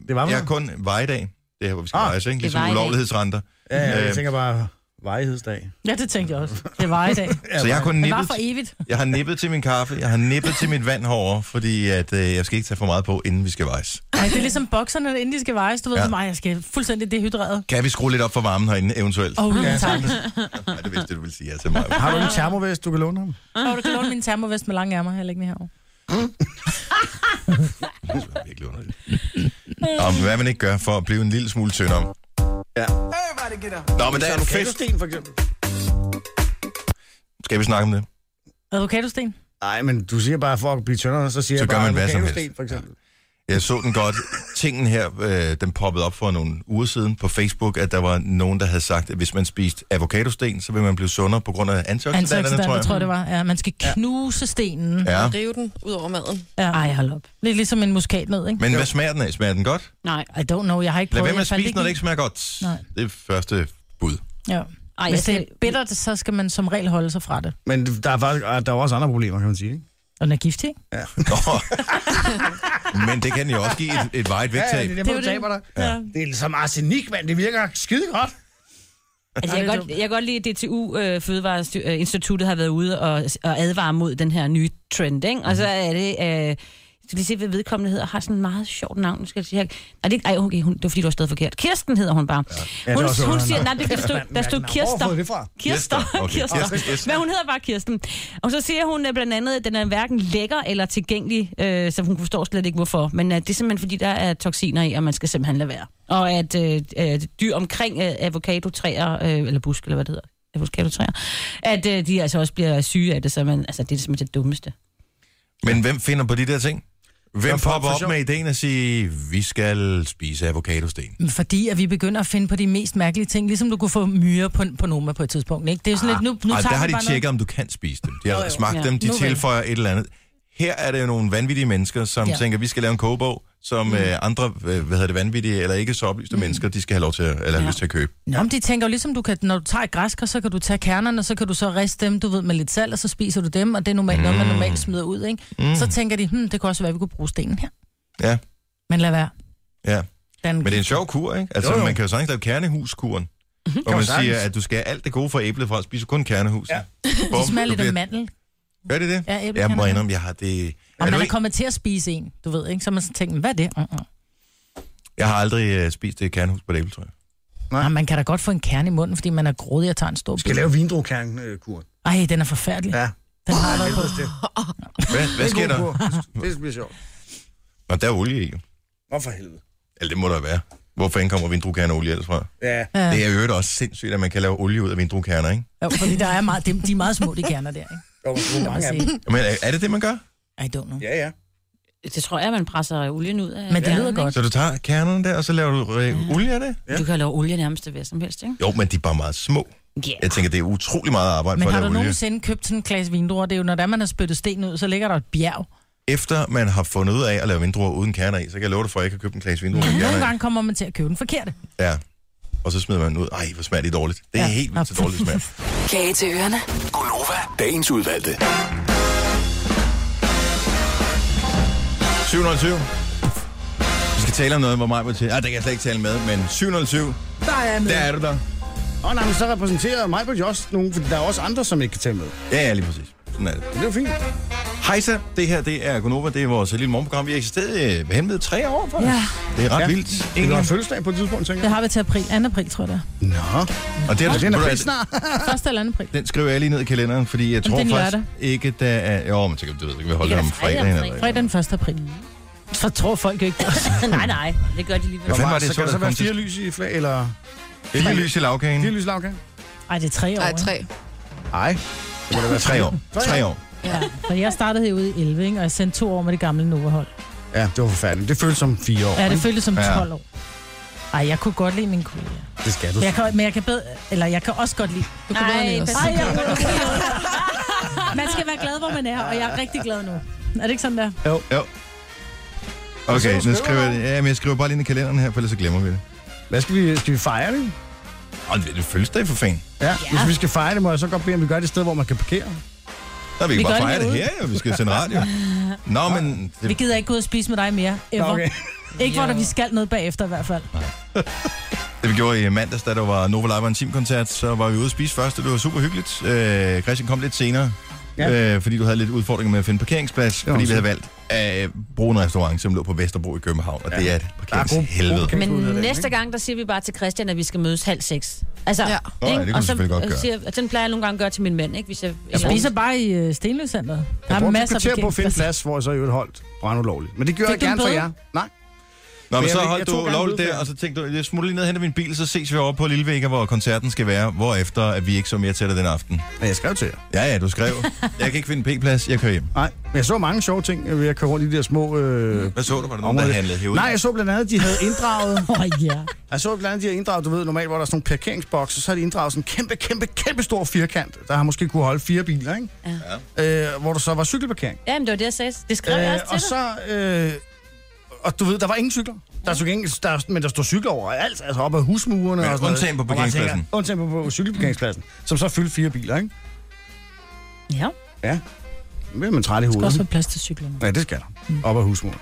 S1: det
S3: var hvad?
S1: jeg kun var i dag. Det er her, hvor vi skal
S3: Ah,
S1: rejse, ikke?
S6: det var i
S1: Ligesom
S6: dag.
S1: ulovlighedsrenter.
S3: ja,
S1: Øh,
S3: jeg tænker bare, vejhedsdag.
S2: Ja, det tænkte jeg også. Det var i dag.
S1: Så jeg har kun
S2: Det var
S1: nippet,
S2: for evigt.
S1: jeg har nippet til min kaffe, jeg har nippet til mit vand herovre, fordi at, øh, jeg skal ikke tage for meget på, inden vi skal vejse.
S2: Ej, det er ligesom bokserne, inden de skal vejes. Du ved,
S1: Ja.
S2: ja. mig, jeg skal fuldstændig dehydreret.
S1: Kan vi skrue lidt op for varmen herinde eventuelt?
S2: Åh, oh, ja, tak.
S1: Nej, det vidste jeg, du ville sige ja til mig.
S3: Har du en termovest, du kan låne ham?
S2: Og du kan låne min termovest med lange ærmer. Jeg lægger den herovre.
S1: Det er virkelig underligt. Om hvad man ikke gør for at blive en lille smule tyndere.
S3: Ja.
S1: Nå, men der er en fest.
S3: Kadosten, for eksempel.
S1: Skal vi snakke om det?
S2: Advokadosten.
S3: Nej, men du siger bare, for at blive tyndere, så siger
S1: Så
S3: jeg
S1: gør
S3: bare,
S1: man hvad som
S3: avocadosten,
S1: helst.
S3: for eksempel.
S1: Jeg så den godt. Tingen her, øh, den poppede op for nogle uger siden på Facebook, at der var nogen, der havde sagt, at hvis man spiste avocadosten, så vil man blive sundere på grund af antioxidanterne, tror
S2: Antioxidanter,
S1: jeg.
S2: tror jeg, det var. Ja, man skal knuse stenen.
S1: Ja.
S5: Og rive den ud over maden.
S2: Ja.
S6: Ej, hold op.
S2: Lidt ligesom en muskatnød, ikke?
S1: Men hvad smager den af? Smager den godt?
S6: Nej.
S2: I don't know, jeg har ikke
S1: Lad
S2: prøvet.
S1: være med
S2: Jeg
S1: at
S2: fandt
S1: spise, når det ikke smager godt.
S2: Nej.
S1: Det er første bud.
S2: i- Ja.
S6: Ej,
S2: Ej,
S6: jeg
S2: Hvis det er
S6: skal-
S2: bittert, så skal man som regel holde sig fra det.
S3: Men der er, faktisk, der er jo også andre problemer, kan man sige, ikke?
S2: Og den er giftig, ikke?
S1: Nå. Men det kan jo også give et, et vejet vægttab.
S3: det,
S2: Det er jo det.
S3: dig. Ja. Det er ligesom arsenik, mand. Det virker skide godt.
S6: Altså, jeg, kan godt, jeg kan godt lide, at DTU øh, Fødevareinstituttet har været ude og, og advare mod den her nye trend, ikke? Og så
S3: Mhm.
S6: er det... Øh, skal lige se, hvad vedkommende hedder, har sådan en meget sjovt navn. Nu Skal jeg sige her. Nej, det, er ikke- ej, okay, hun, det var fordi, du har stået forkert. Kirsten hedder hun bare.
S3: Ja, det
S6: hun,
S3: er også
S6: hun
S3: underligt.
S6: siger, nej, det, er fordi, der stod, der stod
S3: Mærkeligt navn. Hvor har du fået
S6: Kirster.
S3: det fra?
S6: Kirster.
S1: Okay,
S6: Kirster.
S1: Kirsten, Kirsten.
S6: Men hun hedder bare Kirsten. Og så siger hun øh, blandt andet, at den er hverken lækker eller tilgængelig, øh, så hun forstår slet ikke hvorfor. Men øh, det er simpelthen fordi, der er toksiner i, og man skal simpelthen lade være. Og at øh, øh, dyr omkring øh, avocadotræer, øh, eller busk, eller hvad det hedder, avocadotræer, at øh, de altså også bliver syge af det, så man, altså, det er simpelthen det dummeste.
S1: Men hvem finder på de der ting? Hvem
S3: for-
S1: popper
S3: for
S1: op
S3: sjov.
S1: med ideen at sige, vi skal spise avocadosten?
S2: Men Fordi at vi begynder at finde på de mest mærkelige ting, ligesom du kunne få myrer på, på Noma på et tidspunkt, ikke? Det er sådan ah, lidt, nu, nu
S1: Ej,
S2: tager
S1: der har
S2: vi
S1: de
S2: bare
S1: tjekket, om du kan spise dem. De har smagt
S6: Ja.
S1: dem, de
S2: Nu vel.
S1: tilføjer et eller andet. Her er det jo nogle vanvittige mennesker, som ja.
S2: Ja.
S1: tænker, vi skal lave en kogebog, som mm. øh, andre, øh, hvad hedder det, vanvittige eller ikke så oplyste mm. mennesker, de skal have lov til at, eller have lyst til at købe.
S2: Noget. Nå, men de tænker jo ligesom, du kan, når du tager et græskar, så kan du tage kernerne, så kan du så riste dem, du ved, med lidt salt, og så spiser du dem, og det er normalt mm. noget, man normalt smider ud, ikke? Mm. Så tænker de, hmm, det kunne også være, at vi kunne bruge stenen her.
S1: Ja,
S2: Men lad være.
S1: ja.
S2: Den,
S1: Men det er en sjov kur, ikke? Altså,
S3: Jo,
S1: jo,
S3: jo.
S1: jo. man kan jo sagtens lave kernehuskuren.
S2: Mhm.
S1: Hvor man
S3: sagtens.
S1: siger, at du skal have alt det gode fra æblet fra, spiser kun kernehuset.
S3: Ja.
S1: Ja.
S2: det smager lidt af mandel.
S1: Gør det det?
S2: Ja, æblekerner.
S1: jeg må indrømme, jeg har det... Er
S2: Og man
S1: du
S2: er
S1: ikke?
S2: kommet til at spise en, du ved, ikke? Så man så tænker, hvad er det? Mm, Mm-mm.
S1: Jeg har aldrig uh, spist det kernehus på et æbletræ.
S3: Nej.
S2: Nej, man kan da godt få en kerne i munden, fordi man er grådig og tager en stor
S3: Skal
S2: bid.
S3: lave vindruekernen-kuren.
S2: Ej, den er forfærdelig. Ja.
S3: Ja.
S2: Den har jeg været på.
S3: Helvedes det.
S1: Hvad, hvad
S3: Det er
S1: sker
S3: en god
S1: der?
S3: kur. Det bliver sjovt.
S1: Nå, der er olie i. jo.
S3: Nå for helvede.
S1: Eller det må der være. Hvor fanden kommer vindruekerneolie ellers fra?
S3: Ja.
S1: Ja. Det er i øvrigt også sindssygt, at man kan lave olie ud af vindruekerner, ikke?
S2: Jo, fordi der er meget, de, de er meget små, de kerner der, ikke?
S3: Der var så mange af
S2: sige.
S3: dem.
S1: Men er, er det det, man gør?
S2: I don't know.
S3: Ja, ja.
S6: Det tror jeg, man presser olien ud af.
S2: Men det
S6: kernen,
S2: lyder godt.
S1: Så du tager kernerne der, og så laver du øh, olie af det?
S6: ikke? Du kan lave olie nærmest til hvad som helst, ikke?
S1: Jo, men de er bare meget små.
S6: Yeah.
S1: Jeg tænker, det er utrolig meget arbejde
S2: Men
S1: for at
S2: har
S1: lave
S2: du
S1: olie.
S2: nogensinde købt sådan en glas vindruer? Det er jo, når det er, man har spyttet sten ud, så ligger der et bjerg.
S1: Efter man har fundet ud af at lave vindruer uden kerner i, så kan jeg love dig for, at jeg kan købe en klasse vindruer uden
S2: Nogle
S1: kerner i.
S2: gange kommer man til at købe den forkerte.
S1: Ja. Og så smider man den ud. Ej, hvor smager det dårligt. Det er
S2: Ja.
S1: ja. helt vildt så dårligt det smager.
S7: Kage til ørerne.
S9: Gunova, dagens udvalgte.
S1: 707. Vi skal tale om noget, hvor mig var til. Ah, det kan jeg slet ikke tale med, men 707,
S3: Der er jeg med.
S1: der er du der.
S3: Og nej, men så repræsenterer mig på også nogen, for der er også andre, som ikke kan tage med.
S1: Ja, ja, lige præcis. Sådan er det.
S3: Men det er jo fint.
S1: Hejsa, det her det er Gunova, det er vores lille morgenprogram. Vi har eksisteret øh, hen ved tre år, faktisk. Ja. Det er ret ja. vildt.
S3: Det var
S1: Egentlig.
S3: fødselsdag på et tidspunkt, tænker
S2: Det
S3: jeg.
S2: har vi til april. 2. april, tror jeg det er.
S3: Nå.
S1: Og det er,
S3: Det er en
S1: ved du hvad,
S3: april snart.
S2: Første eller 2. april.
S1: den skriver jeg lige ned i kalenderen, fordi jeg
S2: Jamen,
S1: tror
S2: det er en
S1: faktisk ikke, der er... Jo, men tænker, du ved, så kan vi holde det
S6: Det
S1: om
S6: kan være fredag om
S1: fredagen. Eller...
S6: fredagen.
S2: Fredag den 1. april. Så tror folk jo ikke det.
S6: nej, nej, det gør de lige.
S1: Hvad fanden var det,
S3: Hvor meget-
S1: jeg
S3: så
S1: så,
S3: kan
S1: der
S3: der så være
S1: kom til-
S3: fire lys i flag, eller
S1: Fire lys i lavkagen.
S3: fire lys lavkage?
S2: Ej, det er tre år.
S5: Nej,
S2: ikke?
S5: tre.
S3: Nej.
S1: Det må da være tre år. Tre år.
S2: For jeg startede herude i 11, ikke? og jeg sendte to år med det gamle Novahold.
S3: Ja, det var forfærdeligt. Det føltes som fire år.
S2: Ja, det
S3: ikke?
S2: føltes som
S1: Ja.
S2: 12 år. Ej, jeg kunne godt lide min kollega.
S3: det skal du.
S2: Jeg kan, men jeg kan, bedre, eller jeg kan også godt lide...
S5: Du kunne bedre end os.
S2: Ej, jeg man skal være glad, hvor man er, og jeg er rigtig glad nu. Er det ikke sådan der?
S1: Jo. jo. Okay,
S3: Så
S1: nu
S3: skriver
S1: skriver jeg, ja, men jeg skriver bare lige ind i kalenderen her, for ellers så glemmer vi det.
S3: Hvad skal vi, skal vi fejre det?
S1: Åh, det er fødselsdag for fanden.
S3: Ja. Hvis vi skal fejre det, må jeg så godt bede, om vi gør det et sted, hvor man kan parkere.
S1: Der vil vi,
S2: Vi
S1: vi bare
S2: gør det
S1: fejre det
S2: herude.
S1: her, jo. Vi skal sende radio. Nå, men...
S2: Vi
S1: Det,
S2: gider ikke gå ud og spise med dig mere,
S3: Nå,
S2: ever.
S3: Okay.
S2: Ikke hvor der, vi skal noget bagefter i hvert fald.
S1: det vi gjorde i mandags, da der var Nova Live og en teamkoncert, så var vi ude at spise først, og det var super hyggeligt. Øh, Christian kom lidt senere,
S3: Ja.
S1: ja. øh, fordi du havde lidt udfordringer med at finde parkeringsplads,
S3: var
S1: fordi vi
S3: synd.
S1: havde valgt at øh, bruge en restaurant, som lå på Vesterbro i København, og ja. det er et parkeringshelvede.
S3: gode-
S6: Men
S3: ud af det,
S6: næste gang, der siger vi bare til Christian, at vi skal mødes halv seks. Altså,
S5: Ja.
S1: Nå, ja, det kunne
S6: og øh,
S1: vi selvfølgelig godt
S6: og
S1: gøre.
S6: Siger, og sådan plejer jeg nogle gange at gøre til min mand, ikke? Hvis jeg,
S2: Jeg
S6: eller-
S2: spiser bare i øh, Stenløscenteret. Der
S3: Jeg
S2: er
S3: brugte et
S2: masser af
S3: kvarter på at finde
S2: parkeringspladser.
S3: plads, hvor jeg så i øvrigt holdt brandulovligt. Men det gjorde
S2: Fik
S3: jeg
S2: du en
S3: gerne for
S2: bøde?
S3: jer. Nej.
S1: Nå,
S3: Men
S1: men
S3: jeg
S1: så
S3: vil- jeg
S1: holdt
S3: tog
S1: du
S3: gerne
S1: lovligt
S3: udfærd.
S1: der, og så tænkte du, jeg smutter lige ned og henter min bil, så ses vi over på Lille Vega, hvor koncerten skal være, hvorefter at vi ikke så mere til dig den aften.
S3: Men jeg skrev til jer.
S1: Ja, ja, du skrev. Jeg kan ikke finde en p-plads, jeg kører hjem.
S3: Nej, men jeg så mange sjove ting øh, ved at køre rundt i de der små... Øh,
S1: Hvad så du? Var der nogen,
S3: områder.
S1: der handlede herude?
S3: Nej, jeg så blandt andet, at de havde inddraget...
S2: Åh, oh, ja.
S3: Jeg så blandt andet, at de havde inddraget, du ved, normalt, hvor der er sådan nogle parkeringsbokser, så har de inddraget sådan en kæmpe, kæmpe, kæmpe stor firkant, der har måske kunne holde fire biler, ikke? Ja. Øh, hvor der så var cykelparkering. Øh,
S6: Jamen, det var det, jeg sagde. Det skrev jeg også til
S3: og så... Øh,
S6: dig.
S3: og du ved, der var ingen cykler. Der stod ingen, der, men der stod cykler over alt, altså op ad husmurene
S1: Men
S3: og sådan noget.
S1: undtagen på
S3: Og man tænker,
S1: parkeringspladsen.
S3: Undtagen på, på cykelparkeringspladsen, som så fyldte fire biler, ikke?
S6: Ja.
S3: Ja. Nu bliver man træt i
S2: Der skal også
S3: hovedet.
S2: være plads til cyklerne.
S3: Ja, det skal der. Op ad husmuren.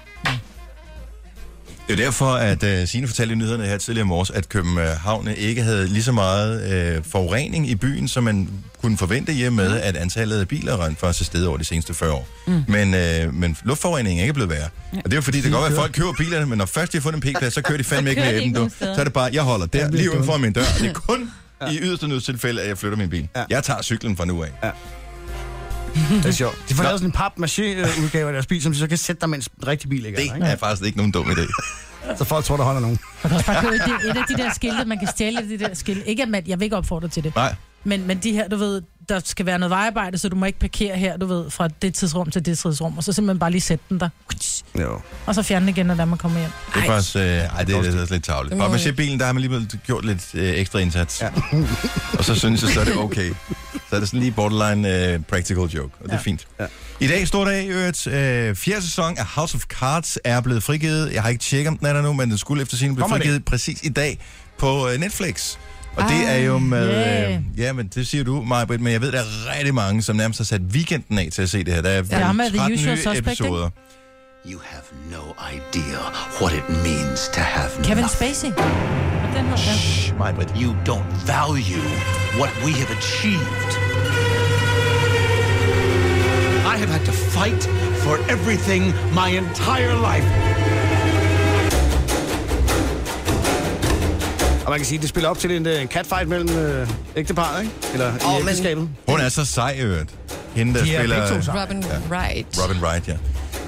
S1: Det er jo derfor, at uh, Signe fortalte i nyhederne her tidligere i morges, at København ikke havde lige så meget uh, forurening i byen, som man kunne forvente i og med, at antallet af biler rent faktisk er steget over de seneste 40 år. Mm. Men, uh, men luftforureningen er ikke blevet værre. Ja. Og det er jo fordi, det kan godt være, at folk køber bilerne, men når først de har fundet en p-plads, så kører de fandme ikke
S6: kører de
S1: med dem.
S6: ikke
S1: du.
S6: nogen
S1: Så
S6: steder.
S1: er det bare, jeg holder der,
S3: bliver
S1: lige uden for min dør. Og det er kun i yderste nødstilfælde, at jeg flytter min bil.
S3: Ja.
S1: Ja. Jeg tager cyklen fra nu af.
S3: Det er sjovt. De får
S1: Nå.
S3: lavet sådan en papmaché-udgave af deres bil, som de så kan sætte dig, mens den rigtige bil ligger der,
S1: Det
S3: ikke?
S1: er faktisk ikke nogen dum idé.
S3: Så folk tror, der holder nogen.
S2: Man kan også bare købe et, et af de der skilte, man kan stjæle et af de der skilte. Ikke at man, jeg vil ikke opfordre til det.
S1: Nej.
S2: Men, men de her, du ved, der skal være noget vejarbejde, så du må ikke parkere her, du ved, fra det tidsrum til det tidsrum, og så simpelthen bare lige sætte den der.
S3: Jo.
S2: Og så fjerne den igen, når der man kommer hjem.
S1: Det er faktisk, øh, ej, det er, det er også lidt tavligt.
S5: Det må
S1: Bare
S5: man
S1: med bilen, der har man alligevel gjort lidt øh, ekstra indsats. Ja. og så synes jeg, så er det okay. Så er det sådan lige borderline øh, practical joke, og det er fint. Ja. I dag, stor dag i øvrigt, øh, fjerde sæson af House of Cards er blevet frigivet. Jeg har ikke tjekket, om den er der nu, men den skulle efter sin blive
S3: Kommer det?
S1: frigivet præcis i dag på øh, Netflix. Og det er jo med...
S2: yeah.
S1: Øh, ja, men det siger du, Maja men jeg ved, der er rigtig mange, som nærmest har sat weekenden af til at se det her. Der er,
S2: ham
S1: ja,
S2: er The
S1: 13 nye
S2: Usual Suspect, ikke?
S1: episoder.
S10: You have no idea what it means to have
S2: Kevin
S10: nothing.
S2: Spacey. Og Den her, ja.
S1: Majbrit.
S10: You don't value what we have achieved. I have had to fight for everything my entire life.
S3: Og man kan sige, at det spiller op til en, øh, en catfight mellem øh, ægteparret, ikke? Eller
S5: Åh,
S3: oh, i
S5: men-
S3: ægteskabet. Men...
S1: Hun er så sej, i øvrigt. Hende, der
S3: De er
S1: spiller...
S3: begge to seje.
S5: Robin
S1: Øh, Ja.
S5: Wright.
S1: Robin Wright, ja.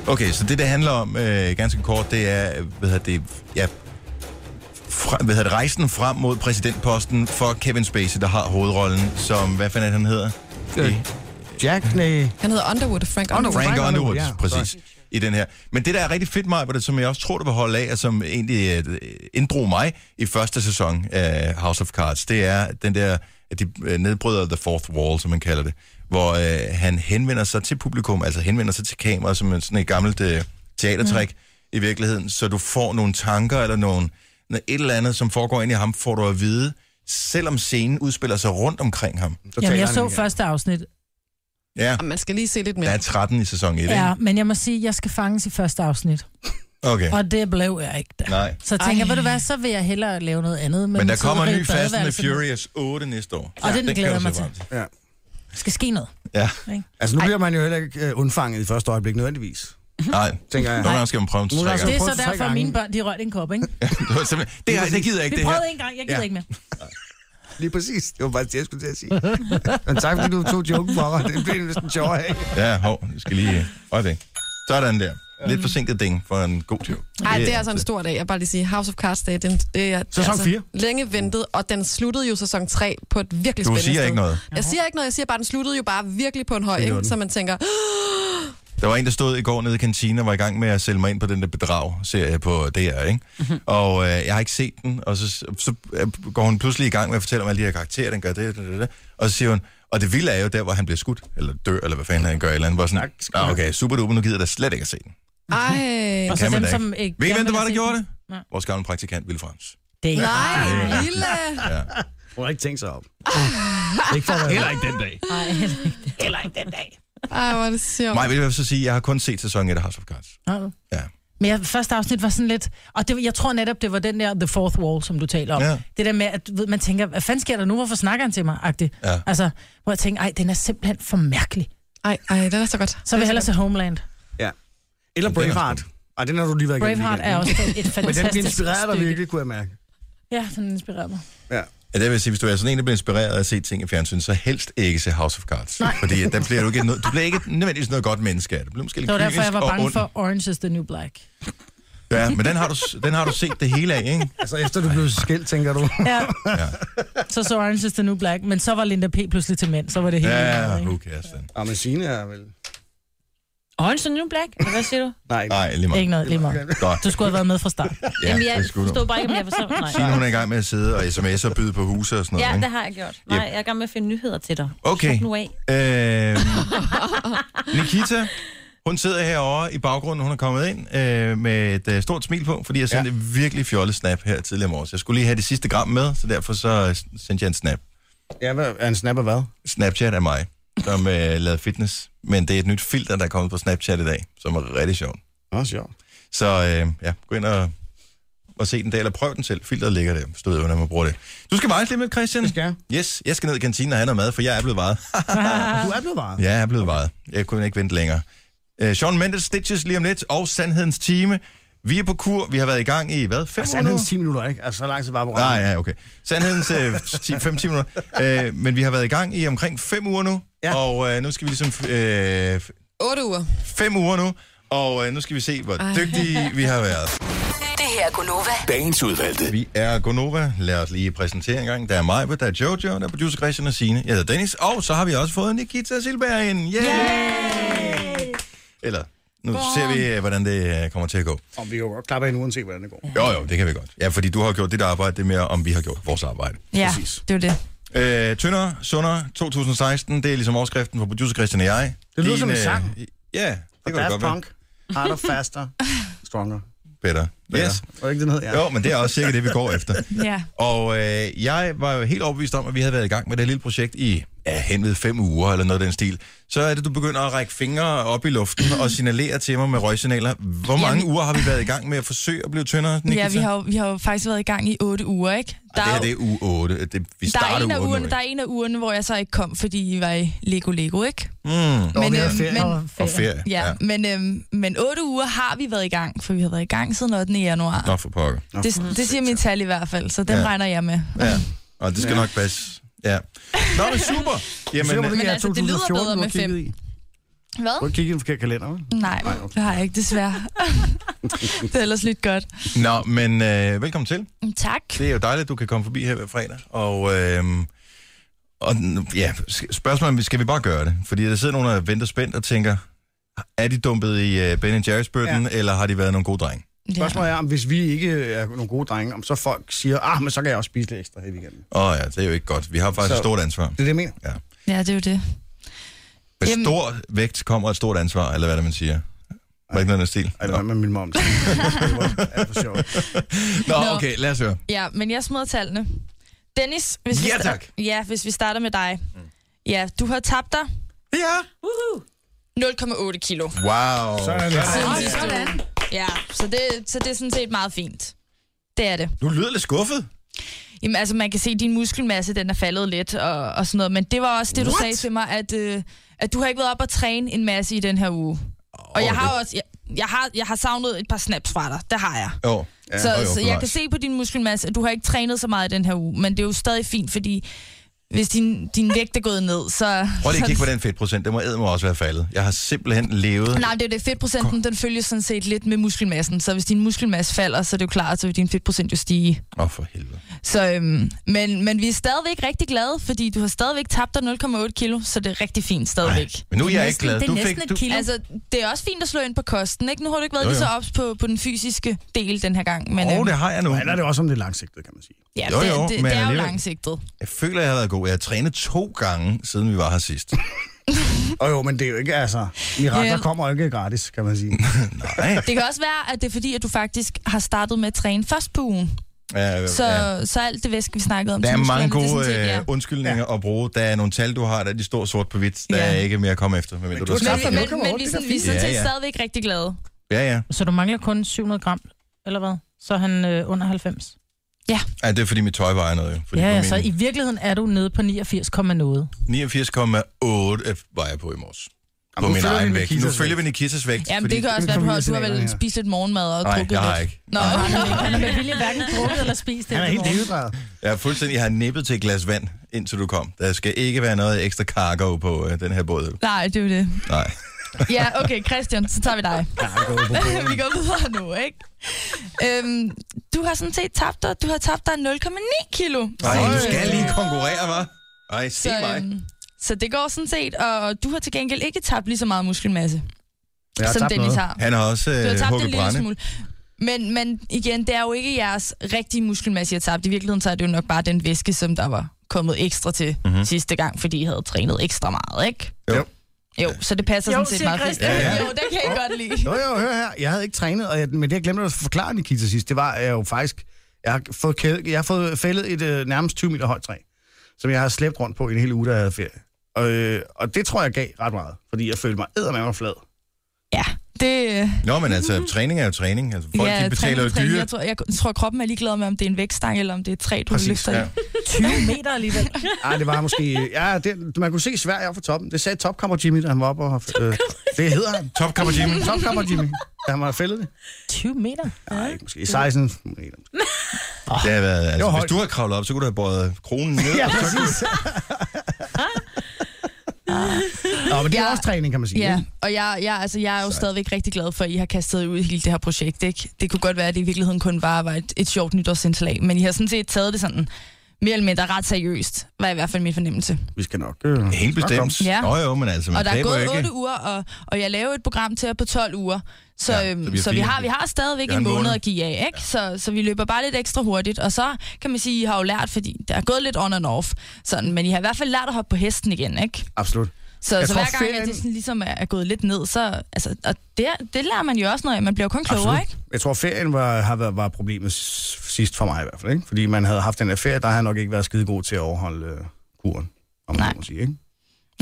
S1: Okay, så det, det handler om øh, ganske kort, det er, hvad hedder det, ja, fra, hvad hedder det, rejsen frem mod præsidentposten for Kevin Spacey, der har hovedrollen som, hvad fanden er det, han hedder?
S3: Øh,
S1: I,
S3: Jack, nej.
S5: Han hedder Underwood, Frank Underwood.
S1: Frank Underwood,
S3: Frank Underwood,
S1: ja.
S3: ja.
S1: præcis, i den her. Men det, der er rigtig fedt, Maja, som jeg også tror, du vil holde af, og som egentlig øh, inddrog mig i første sæson af House of Cards, det er den der, at de øh, nedbryder The Fourth Wall, som man kalder det, hvor øh, han henvender sig til publikum, altså henvender sig til kameraet som en- sådan et gammelt øh, teatertræk mm. i virkeligheden, så du får nogle tanker eller nogle, noget- et eller andet, som foregår ind i ham, får du at vide, selvom scenen udspiller sig rundt omkring ham.
S2: Jamen, jeg så første afsnit.
S1: Ja,
S5: Jamen, Man skal lige se lidt
S1: der
S5: mere.
S1: er 13 i sæson 1, ikke?
S2: Ja, men jeg må sige, at jeg skal fanges i første afsnit.
S1: Okay.
S2: Og det blev jeg ikke der.
S1: Nej.
S2: Så jeg tænker jeg,
S5: Ej.
S2: ved du hvad, så vil jeg hellere lave noget andet.
S1: Men der
S2: så
S1: kommer en ny
S2: rydde
S1: Fast and the Furious
S2: badeværelset.
S1: 8 næste år.
S2: Og den glæder jeg mig til.
S3: Ja.
S2: Skal ske noget.
S1: Ja,
S3: Altså, nu bliver man jo heller ikke øh, undfanget i første øjeblik, nødvendigvis.
S1: nej.
S3: Tænker jeg.
S1: Nogle gange skal man prøve en tre
S3: Nogle gange
S2: Det
S1: gange.
S2: er
S3: prøvet
S2: så
S3: det tre
S2: derfor, at
S3: gange.
S2: mine børn, de røg en kop, ikke?
S1: Det var simpelthen- Det, her, det gider jeg
S2: Vi
S1: ikke, det her.
S2: prøvede en gang, jeg gider
S3: Ja.
S2: ikke mere.
S3: Lige præcis. Det var faktisk det, jeg skulle til at sige. Men tak, fordi du tog joken for mig. Det er blev næsten sjovt af.
S1: Ja, hov, jeg skal lige... Øjeblik. Sådan der. Lidt forsinket ding for en god tur.
S5: Nej, det er altså en stor dag. Jeg vil bare lige sige, House of Cards Day, den, det er
S3: Sæson
S5: altså
S3: fire.
S5: længe ventet, og den sluttede jo sæson 3 på et virkelig
S1: Du
S5: spændende
S1: siger
S5: sted.
S1: ikke noget.
S5: Jeg siger ikke noget, jeg siger bare, den sluttede jo bare virkelig på en høj,
S3: gjorde
S5: ikke?
S3: den.
S5: så man tænker,
S1: Der var en, der stod i går nede i kantinen og var i gang med at sælge mig ind på den der bedrag-serie på DR, ikke?
S2: Mhm.
S1: Og øh, jeg har ikke set den, og så, så øh, går hun pludselig i gang med at fortælle om alle de her karakterer, den gør det, det, det, det. Og så siger hun, og det vilde er jo der, hvor han bliver skudt, eller dør, eller hvad fanden han gør, eller andet, hvor sådan, ah, okay, super duper, nu gider jeg da slet ikke at se den.
S5: ej,
S2: Og så
S1: Kan man
S2: dem,
S1: da
S2: som ikke...
S1: Ved I, hvem
S2: gerne
S1: det var,
S2: vil
S1: der
S2: se
S1: gjorde
S2: den?
S1: det?
S2: Nej.
S1: Vores gamle praktikant, Ville Frans.
S2: Det er ikke.
S5: nej, lille.
S1: Ja.
S3: Hun har ikke tænkt sig om.
S2: Ah.
S3: ikke for at Heller ikke den dag.
S2: Nej,
S5: Ej, hvor er det sjovt.
S1: Mig vil jeg så sige, at jeg har kun set sæson 1 af House of Cards.
S2: nej.
S1: Ja.
S2: Men jeg, første afsnit var sådan lidt... Og det, jeg tror netop, det var den der The Fourth Wall, som du taler om.
S1: Ja.
S2: Ja. Det der med, at du ved, man tænker, hvad fanden sker der nu? Hvorfor snakker han til mig? Agtigt.
S1: Ja.
S2: Altså, hvor jeg tænker, ej, den er simpelthen for mærkelig.
S5: Ej, ej, den er så godt.
S2: Så vil jeg hellere se Homeland.
S3: Ja. Eller Braveheart. Ej, den har du lige været igennem
S2: Braveheart
S3: igen.
S2: er også et fantastisk
S3: Men den inspirerede dig
S2: stykke.
S3: virkelig, kunne jeg mærke.
S2: Ja, den inspirerer mig.
S3: Ja.
S1: Ja, det vil sige, hvis du er sådan en, der bliver inspireret af at se ting i fjernsyn, så helst ikke se House of Cards. Nej. Fordi at der bliver du ikke, noget, du bliver ikke nødvendigvis noget godt menneske af. Du bliver måske lidt
S2: Det var derfor,
S1: kynisk
S2: jeg var
S1: og
S2: bange
S1: ond.
S2: for Orange is the New Black.
S1: Ja, men den har, du, s- den har du set det hele af, ikke?
S3: Altså, efter du blev skilt, tænker du.
S2: Ja. Så så Orange is the New Black, men så var Linda P. pludselig til mænd, så var det helt andet,
S1: Ja,
S2: ikke?
S1: who cares den.
S3: Ja, men Signe er vel...
S6: Orange New Black? Eller Hvad siger du?
S3: Nej, ikke.
S1: Nej, lige meget.
S2: Ikke noget, lige meget.
S1: Godt.
S2: Du skulle have været med fra start.
S1: Ja,
S6: Jamen,
S1: det
S6: jeg
S1: skulle du.
S6: forstod bare ikke, om jeg forstod. Nej.
S1: Signe, hun er i gang med at sidde og sms'e og byde på huse og sådan noget,
S6: Ja,
S1: ikke?
S6: det har jeg gjort. Nej, jeg er i gang med at finde nyheder til dig.
S1: Okay.
S6: Slap nu af.
S1: Øhm, Nikita, hun sidder herovre i baggrunden, hun er kommet ind øh, med et øh, stort smil på, fordi jeg sendte ja. et virkelig fjollet snap her tidligere om året. Jeg skulle lige have det sidste gram med, så derfor så øh, sendte jeg en snap.
S3: Ja, hvad, er en snapper hvad?
S1: Snapchat af mig, som øh, lavede fitness, men det er et nyt filter, der er kommet på Snapchat i dag, som er rigtig sjovt.
S3: Nå, sjovt.
S1: Så øh, ja, gå ind og, og se den der, eller prøv den selv. Filteret ligger der, stod jeg, hvordan man bruger det. Du skal vejes lidt med, Christian.
S3: Det skal jeg.
S1: Yes, jeg skal ned i kantinen og have noget mad, for jeg er blevet vejet.
S4: Ah.
S3: Du er blevet varet.
S1: Ja, jeg er blevet vejet. Jeg kunne ikke vente længere. Øh, Sean Mendes Stitches lige om lidt, og Sandhedens Time. Vi er på kur. Vi har været i gang i, hvad, fem
S3: Altså,
S1: måneder?
S3: sandheden 10 minutter, ikke? Altså, så lang tid var på
S1: Nej, ja, okay. Sandhedens 5-10 minutter. Øh, men vi har været i gang i omkring 5 uger nu, ja.
S3: Ja.
S1: og øh, nu skal vi ligesom... 5 øh,
S5: Otte uger.
S1: fem uger nu, og øh, nu skal vi se, hvor dygtige vi har været.
S7: Det her er Gunova.
S9: Dagens udvalgte.
S1: Vi er Gonova. Lad os lige præsentere en gang. Der er mig, der er Jojo, der er producer Christian og Signe. Jeg hedder Dennis, og så har vi også fået Nikita Silberg ind. Yay! Yay! Eller, nu ser vi, øh, hvordan det øh, kommer til at gå.
S3: Og vi kan jo godt klappe af nu, uanset hvordan det går.
S1: Jo, jo, det kan vi godt. Ja, fordi du har gjort dit arbejde, det er mere om vi har gjort vores arbejde.
S5: Ja,
S3: Præcis.
S5: det er jo det.
S1: Øh, tyndere, sundere, 2016, det er ligesom overskriften for producer Christian og jeg.
S3: Det lyder som en
S1: øh,
S3: sang.
S1: Ja, det kan det godt
S3: Daft
S1: være.
S3: Punk, Harder, Faster, Stronger.
S1: Peter. Yes.
S3: Og ikke den hed, ja.
S1: Jo, men det er også cirka det, vi går efter.
S5: Ja.
S1: Og øh, jeg var jo helt overbevist om, at vi havde været i gang med det her lille projekt i, ja, hen ved fem uger eller noget af den stil, så er det, du begynder at række fingre op i luften og signalere til mig med røgsignaler. Hvor mange uger har vi været i gang med at forsøge at blive tyndere, Nikita?
S4: Ja, vi har, jo, vi har jo faktisk været i gang i otte uger, ikke?
S1: Og det her,
S4: jo-
S1: det er uge 8. Det, vi
S4: der, er
S1: starter
S4: en af
S1: uge
S4: ugerne,
S1: 8.
S4: der er en af ugerne, hvor jeg så ikke kom, fordi I var i Lego Lego, ikke?
S1: Mm,
S3: Nå, men, vi
S4: øh,
S3: har ferie.
S4: men,
S1: og ferie.
S4: ja, ja. Men, øhm, men otte uger har vi været i gang, for vi har været i gang siden 8. januar.
S1: Nå, for pokker.
S3: Nå, for
S4: Det, det siger min tal i hvert fald, så den
S1: Ja.
S4: ja. regner jeg med.
S1: Ja, og det skal ja. nok passe. Ja. Nå, men super. Jamen,
S3: Jamen,
S1: øh,
S3: men
S4: altså,
S3: altså,
S4: det lyder
S3: 2014,
S4: bedre med fem.
S3: Du har kigget i. Du
S4: Hvad?
S3: har kigget i den forkerte kalender, vel?
S4: Nej, det har jeg ikke, desværre. det er ellers lidt godt.
S1: nå, men øh, velkommen til.
S4: Tak.
S1: Det er jo dejligt, at du kan komme forbi her hver fredag. Og, øh, og n- ja, sk- spørgsmålet er, skal vi bare gøre det? Fordi der sidder nogen og venter spændt og tænker, er de dumpet i øh, Ben Jerry's-bøtten, ja. eller har de været nogle gode drenge?
S4: Ja.
S3: Spørgsmålet er, om hvis vi ikke er nogle gode drenge, om så folk siger, ah, men så kan jeg også spise lidt ekstra her i weekenden.
S1: Åh oh, ja, det er jo ikke godt. Vi har faktisk så...
S3: Så-
S1: et stort ansvar.
S3: Det er det, jeg mener.
S4: ja, det er jo det.
S1: Med
S4: Jamen-
S1: stor vægt kommer et stort ansvar, eller hvad det er, man siger. Var det ikke noget af den stil?
S3: Ej,
S1: Nå.
S3: hvad med min mom? Det var alt for sjovt.
S1: Nå,
S4: Nå.
S1: okay, lad os høre.
S4: Ja, men jeg smider tallene. Dennis, hvis,
S1: Ja,
S4: vi,
S1: tak.
S4: sta- ja, hvis vi starter med dig. Ja, du har tabt dig
S1: Ja.
S4: 0,8 kilo.
S1: Wow.
S3: Sådan er det.
S4: siden sidste uge. Ja, så det, så det er sådan set meget fint. Det er det.
S1: Du lyder lidt skuffet.
S4: Jamen, altså, man kan se, at din muskelmasse den er faldet lidt og, og sådan noget, men det var også det, du
S1: What?
S4: sagde til mig, at, øh, at du har ikke været op og træne en masse i den her uge. Og jeg har også... Jeg, jeg har, jeg har savnet et par snaps fra dig. Det har jeg.
S1: Jo.
S4: Ja, så, så jeg kan se på din muskelmasse, at du har ikke trænet så meget i den her uge, men det er jo stadig fint, fordi hvis din, din vægt er gået ned, så...
S1: Prøv lige at
S4: så-
S1: kigge på den fedtprocent. Det må eddermame også være faldet. Jeg har simpelthen levet...
S4: Nej, det er jo det. Fedtprocenten, den følger sådan set lidt med muskelmassen, så hvis din muskelmasse falder, så er det jo klart, så vil din fedtprocent jo stige.
S1: Åh, oh, for helvede.
S4: Så, øhm, men, men vi er stadigvæk rigtig glade, fordi du har stadigvæk tabt dig 0,8 kilo, så det er rigtig fint stadigvæk.
S1: Men nu er jeg ikke
S6: næsten-
S1: glad.
S6: det er
S1: Du
S6: næsten
S1: fik,
S6: et
S1: du,
S6: kilo.
S4: Altså, det er også fint at slå ind på kosten, ikke? Nu har du ikke været
S1: Jo,
S4: jo, jo. lige
S1: jo.
S4: så ops på, på den fysiske del den her gang, men
S1: Åh,
S4: øhm,
S1: det har jeg nu.
S3: Nu handler det også om det langsigtede, kan man sige.
S4: ja,
S1: jo, jo,
S4: det, det,
S1: men
S4: det er jo
S1: alligevel-
S4: langsigtet.
S1: Jeg føler, jeg har været god. Jeg har trænet to gange, siden vi var her sidst.
S3: Og jo, men det er jo ikke, altså, mirakler
S4: Ja.
S3: kommer jo ikke gratis, kan man sige.
S1: Nej.
S4: Det kan også være, at det er fordi, at du faktisk har startet med at træne først på ugen.
S1: Ja,
S4: Så,
S1: ja.
S4: ja. så alt det væske, vi snakkede om.
S1: Der er
S4: til
S1: mange
S4: musklerne, det er
S1: gode
S4: sådan set, ja.
S1: øh, undskyldninger at bruge. Der er nogle tal, du har, der de står sort på hvidt. Der
S4: Ja.
S1: er ikke mere at komme efter, medmindre
S3: Men
S1: du
S3: du
S1: har
S3: er
S1: skabt
S3: slet
S4: Men,
S1: dig
S3: ikke-
S4: men,
S1: noget.
S3: Nå,
S4: men
S3: det
S4: vi,
S3: er
S4: er sådan,
S3: da
S4: vi er sådan
S1: fint.
S4: set
S1: Ja, ja.
S4: stadigvæk rigtig glade.
S1: Ja, ja.
S2: Så du mangler kun 700 gram, eller hvad? Så er han øh, under 90.
S1: Ej, det er fordi, mit tøj vejer noget. jo. Fordi
S2: Ja,
S1: på
S2: ja,
S1: min
S2: så i virkeligheden er du nede på 89, komma noget.
S1: 89,8 F var øh, jeg på i morges.
S3: Jamen,
S1: På
S3: nu
S1: min
S3: følger vi
S1: egen vægt.
S3: Nikitas
S1: Nu følger vi Nikitas vægt.
S4: Jamen,
S1: fordi-
S4: det kan også
S3: det
S4: være,
S3: kan vi
S4: at du har
S3: lige se
S4: vel
S3: længere.
S4: spist lidt morgenmad og
S1: Nej,
S4: drukket
S1: jeg har
S4: lidt.
S1: ikke.
S4: Nå,
S2: Han har med vilje hverken drukket eller spist det.
S3: Han er helt dehydreret.
S1: Jeg er fuldstændig, jeg har nippet til et glas vand, indtil du kom. Der skal ikke være noget ekstra cargo på øh, den her båd.
S4: nej, det er jo det.
S1: Nej.
S4: Ja, okay, Christian, så tager vi dig. vi går videre nu, ikke? Øhm, du har sådan set tabt dig, du har tabt dig 0,9 kilo. øhm,
S1: Nej, du skal lige konkurrere, hva'? Ej, se
S4: Så,
S1: mig.
S4: øhm, så det går sådan set, og du har til gengæld ikke tabt lige så meget muskelmasse,
S3: Jeg har
S4: som
S3: tabt
S4: Dennis
S3: noget.
S4: har.
S1: Han har også
S4: Du har
S1: øh,
S4: tabt en
S1: hugget
S4: lille
S1: brænde.
S4: smule. Men, men igen, det er jo ikke jeres rigtige muskelmasse, I har tabt. I virkeligheden så er det jo nok bare den væske, som der var kommet ekstra til
S1: Mhm.
S4: mm-hmm. sidste gang, fordi I havde trænet ekstra meget, ikke?
S1: Jo.
S4: Jo, så det passer sådan set meget fint.
S1: Ja, ja.
S4: Jo, det kan jeg godt lide.
S3: Jo, jo, hør her. Jeg havde ikke trænet, og jeg, men det jeg glemte at forklare Nikita sidst, det var at jeg jo faktisk, jeg har fået, kæde, jeg har fået fældet et øh, nærmest 20 meter højt træ, som jeg har slæbt rundt på i en hel uge, da jeg havde ferie. Og, øh, og det tror jeg gav ret meget, fordi jeg følte mig eddermame flad.
S4: Ja, det... øh,
S1: Nå, men altså, træning er jo træning. Altså, folk
S4: ja,
S1: de betaler
S4: træning,
S1: jo
S4: træning.
S1: dyre.
S4: Jeg tror, jeg tror, kroppen er ligeglad med, om det er en vægtstang, eller om det er et træ, du
S3: Præcis,
S4: løfter i.
S1: ja.
S2: 20 meter alligevel.
S3: Ej, Ah, det var måske... Ja, det, man kunne se Sverige op fra toppen. Det sagde topkammer Jimmy, da han var oppe og... Øh, det hedder han.
S1: Topkammer Jimmy.
S3: Topkammer Jimmy. Da han var fældet det.
S2: 20 meter?
S3: Nej, ikke måske. 16 meter.
S1: Det har været,
S3: Det
S1: altså,
S3: var
S1: hvis
S3: højt.
S1: du havde kravlet op, så kunne du have båret kronen ned.
S3: Ja, præcis. Nå, men det er
S4: Ja.
S3: også træning, kan man sige.
S4: Ja,
S3: ikke?
S4: og jeg, jeg, altså, jeg er jo stadigvæk rigtig glad for, at I har kastet jer ud i hele det her projekt. Ikke? Det kunne godt være, at det i virkeligheden kun var, var et, et sjovt nytårsindslag, men I har sådan set taget det sådan mere eller mindre ret seriøst, var i hvert fald min fornemmelse.
S3: Vi skal nok... Øh,
S1: Helt bestemt.
S4: Ja.
S1: Nå jo, men altså, man
S4: og der er
S1: taber
S4: gået
S1: jo
S4: 8
S1: ikke.
S4: uger, og, og jeg laver et program til jer på 12 uger, så,
S1: Ja,
S4: ja,
S1: så
S4: øhm,
S1: vi er
S4: så, vi,
S1: fire.
S4: har, vi har stadigvæk
S1: Ja, en
S4: en måned
S1: måned.
S4: at give af, ikke? Så, så vi løber bare lidt ekstra hurtigt, og så kan man sige, at I har jo lært, fordi der er gået lidt on and off, sådan, men I har i hvert fald lært at hoppe på hesten igen, ikke?
S3: absolut.
S4: Så,
S3: Jeg
S4: så
S3: tror,
S4: hver gang, at
S3: ferien-
S4: det sådan ligesom er, er gået lidt ned, så... Altså, og det, det lærer man jo også noget af. Man bliver jo kun klogere, ikke?
S3: Jeg tror, ferien var, har været, var problemet s- sidst for mig i hvert fald. Ikke? Fordi man havde haft den her ferie, der har jeg nok ikke været skide god til at overholde øh, kuren. om man må sige, ikke?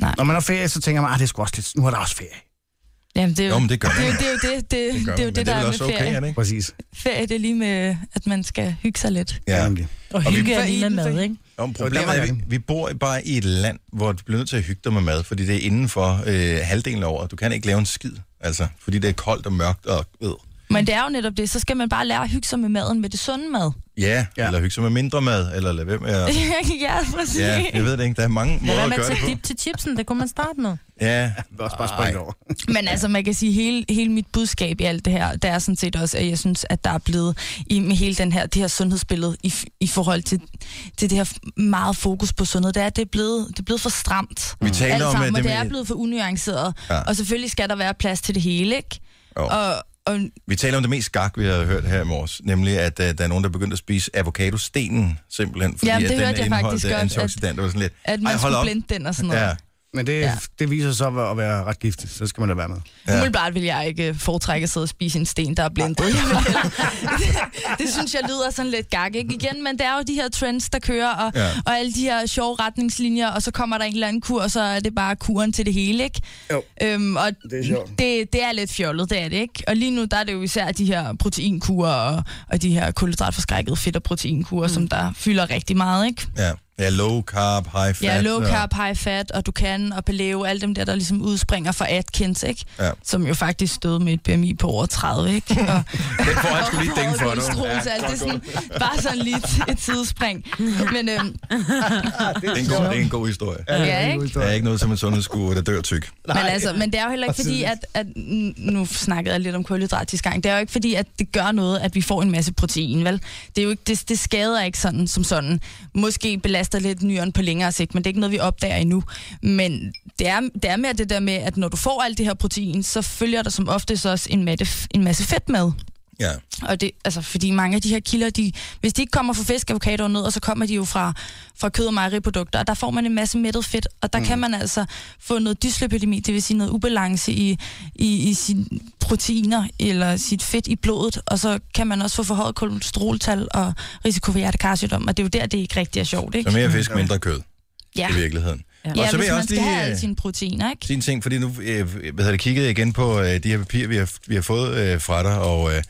S4: Nej.
S3: Når man har ferie, så tænker man, at det er sgu også lidt, nu er der også ferie.
S4: Jamen, det er jo,
S1: Jo, men det gør
S4: det, er
S1: man.
S4: jo, det, er jo det, det,
S1: gør man,
S4: det, er jo
S1: men
S4: det,
S1: det
S4: der
S1: er vel
S4: er med
S1: også okay,
S4: ferie.
S1: er det ikke?
S3: Præcis.
S4: Ferie, det er lige med, at man skal hygge sig lidt.
S1: Ja.
S3: nemlig.
S2: Og
S1: Og vi-
S2: hygge er
S4: For
S2: lige med
S4: indenfor.
S2: mad, ikke?
S1: Om problemet
S3: Og der
S1: er,
S3: var
S1: at vi,
S3: jeg.
S1: vi bor bare i et land, hvor du bliver nødt til at hygge dig med mad, fordi det er inden for øh, halvdelen af året. Du kan ikke lave en skid, altså, fordi det er koldt og mørkt og øh.
S4: Men det er jo netop det, så skal man bare lære at hygge sig med maden, med det sunde mad.
S1: Ja, ja,
S3: Ja.
S1: eller hygge sig med mindre mad, eller lad være med at...
S4: ja, præcis.
S1: Ja, jeg ved det ikke. Der er mange
S2: Lad
S1: måder
S2: være
S1: at
S2: med at
S1: gøre det på.
S2: tage dip til chipsen, det kunne man starte med.
S1: Ja,
S3: Det er også bare springe over.
S4: Men altså, man kan sige, hele, hele mit budskab i alt det her, det er sådan set også, at jeg synes, at der er blevet i med hele den her, det her sundhedsbillede i, f- i forhold til, til det her f- meget fokus på sundhed, det er, at det er blevet, det er blevet for stramt.
S1: vi taler
S4: Alt
S1: om
S4: sammen,
S1: at
S4: og
S1: det
S4: det er
S1: med,
S4: blevet for unuanceret.
S1: Ja.
S4: Ja. Og selvfølgelig skal der være plads til det hele, ikke?
S1: Jo.
S4: Og, og
S1: vi taler om det mest gak, vi har hørt her i morges, nemlig at uh, der er nogen, der begyndte at spise avocadostenen, simpelthen, fordi
S4: Jamen,
S1: at
S4: det
S1: den
S4: hørte jeg
S1: indeholdt
S4: faktisk
S1: øh,
S4: godt, at-
S1: antioxidanter og sådan lidt.
S4: at man
S1: Ej,
S4: Ej,
S1: hold
S4: skulle
S1: op.
S4: blende den og sådan noget.
S1: Ja,
S3: Men det,
S4: Ja.
S3: ja. det viser sig at være- at være ret giftigt, så skal man da være med.
S1: ja.
S4: Ja. Umiddelbart vil jeg ikke øh, foretrække at sidde og spise en sten, der er blindet. Jeg vil hellere- det, det synes jeg lyder sådan lidt gak, ikke? Igen, men det er jo de her trends, der kører, og,
S1: Ja.
S4: ja. og alle de her sjove retningslinjer, og så kommer der en eller anden kur, og så er det bare kuren til det hele, ikke?
S3: Jo.
S4: Øhm, og
S3: Det er sjovt.
S4: det, det er lidt fjollet, det er det, ikke? Og lige nu, der er det jo især de her proteinkurer, og, og de her kulhydratforskrækkede fedt- og proteinkurer, mm. som der fylder rigtig meget, ikke?
S1: ja. ja, low carb, high fat.
S4: Ja, low
S1: og-
S4: carb, high fat, og du kan, og paleo, alle dem der, der ligesom udspringer fra Atkins, ikke?
S1: Ja.
S4: Som jo faktisk stod med et BMI på over 30, ikke? Og,
S1: Den får han skulle lige dænge for,
S4: og
S1: du.
S4: kolesterol, så alt det er sådan, bare sådan lige et sidespring. Men øhm,
S1: Det er en god, det er en god historie.
S4: ja, ikke?
S1: Der er ikke noget som en sundhedsskur, der dør tyk.
S4: Men, altså, men det er jo heller ikke fordi, at, at n- nu snakkede jeg lidt om kulhydrat sidste gang, det er jo ikke fordi, at det gør noget, at vi får en masse protein, vel? Det, er jo ikke, det, det skader ikke sådan som sådan. Måske belaster lidt nyren på længere sigt, men det er ikke noget, vi opdager endnu. Men det er, det er mere det der med, at når du får alt det her protein, så følger der som oftest også en, matte, en masse fedt med.
S1: Ja.
S4: Og det, altså, fordi mange af de her kilder, de, hvis de ikke kommer fra fisk, avocado og nødder, så kommer de jo fra, fra kød- og mejeriprodukter, og der får man en masse mættet fedt, og der mm. kan man altså få noget dyslipidemi, det vil sige noget ubalance i, i, i sine proteiner eller sit fedt i blodet, og så kan man også få forhøjet kolesteroltal og risiko for hjertekarsygdom, og det er jo der, det ikke rigtig er sjovt, ikke?
S1: Så mere fisk, mindre kød
S4: ja.
S1: i virkeligheden. Ja,
S4: ja,
S1: og så vil
S4: hvis
S1: jeg
S4: man
S1: også
S4: skal
S1: lige
S4: have alle
S1: øh,
S4: sine proteiner, ikke?
S1: sige en ting, fordi nu øh, hvad hedder det, kiggede jeg igen på øh, de her papirer, vi har, vi har fået øh, fra dig, og, øh,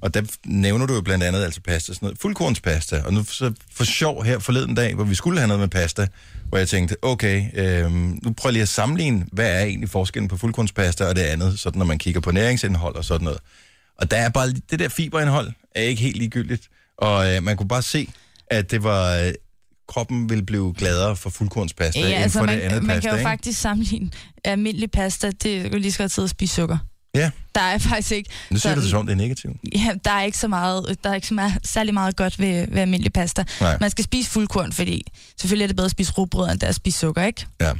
S1: og der nævner du jo blandt andet altså pasta, sådan noget, fuldkornspasta, og nu så for sjov her forleden dag, hvor vi skulle have noget med pasta, hvor jeg tænkte, okay, øh, nu prøver jeg lige at sammenligne, hvad er egentlig forskellen på fuldkornspasta og det andet, sådan når man kigger på næringsindhold og sådan noget. Og der er bare lige- det der fiberindhold er ikke helt ligegyldigt. Og øh, man kunne bare se, at det var øh, kroppen ville blive gladere for fuldkornspasta ja, end altså for
S4: man,
S1: det andet
S4: man
S1: pasta.
S4: kan jo
S1: ikke?
S4: faktisk sammenligne almindelig pasta, det kan du lige så godt sidde og spise sukker.
S1: Ja.
S4: Der er faktisk ikke
S1: Nu siger du det
S4: sådan-
S1: som om, det er negativt.
S4: Ja, der er ikke så meget, der er ikke så meget, særlig meget godt ved, ved almindelig pasta.
S1: Nej.
S4: Man skal spise fuldkorn, fordi selvfølgelig er det bedre at spise rugbrød, end det er at spise sukker, ikke?
S1: Ja.
S3: Ja.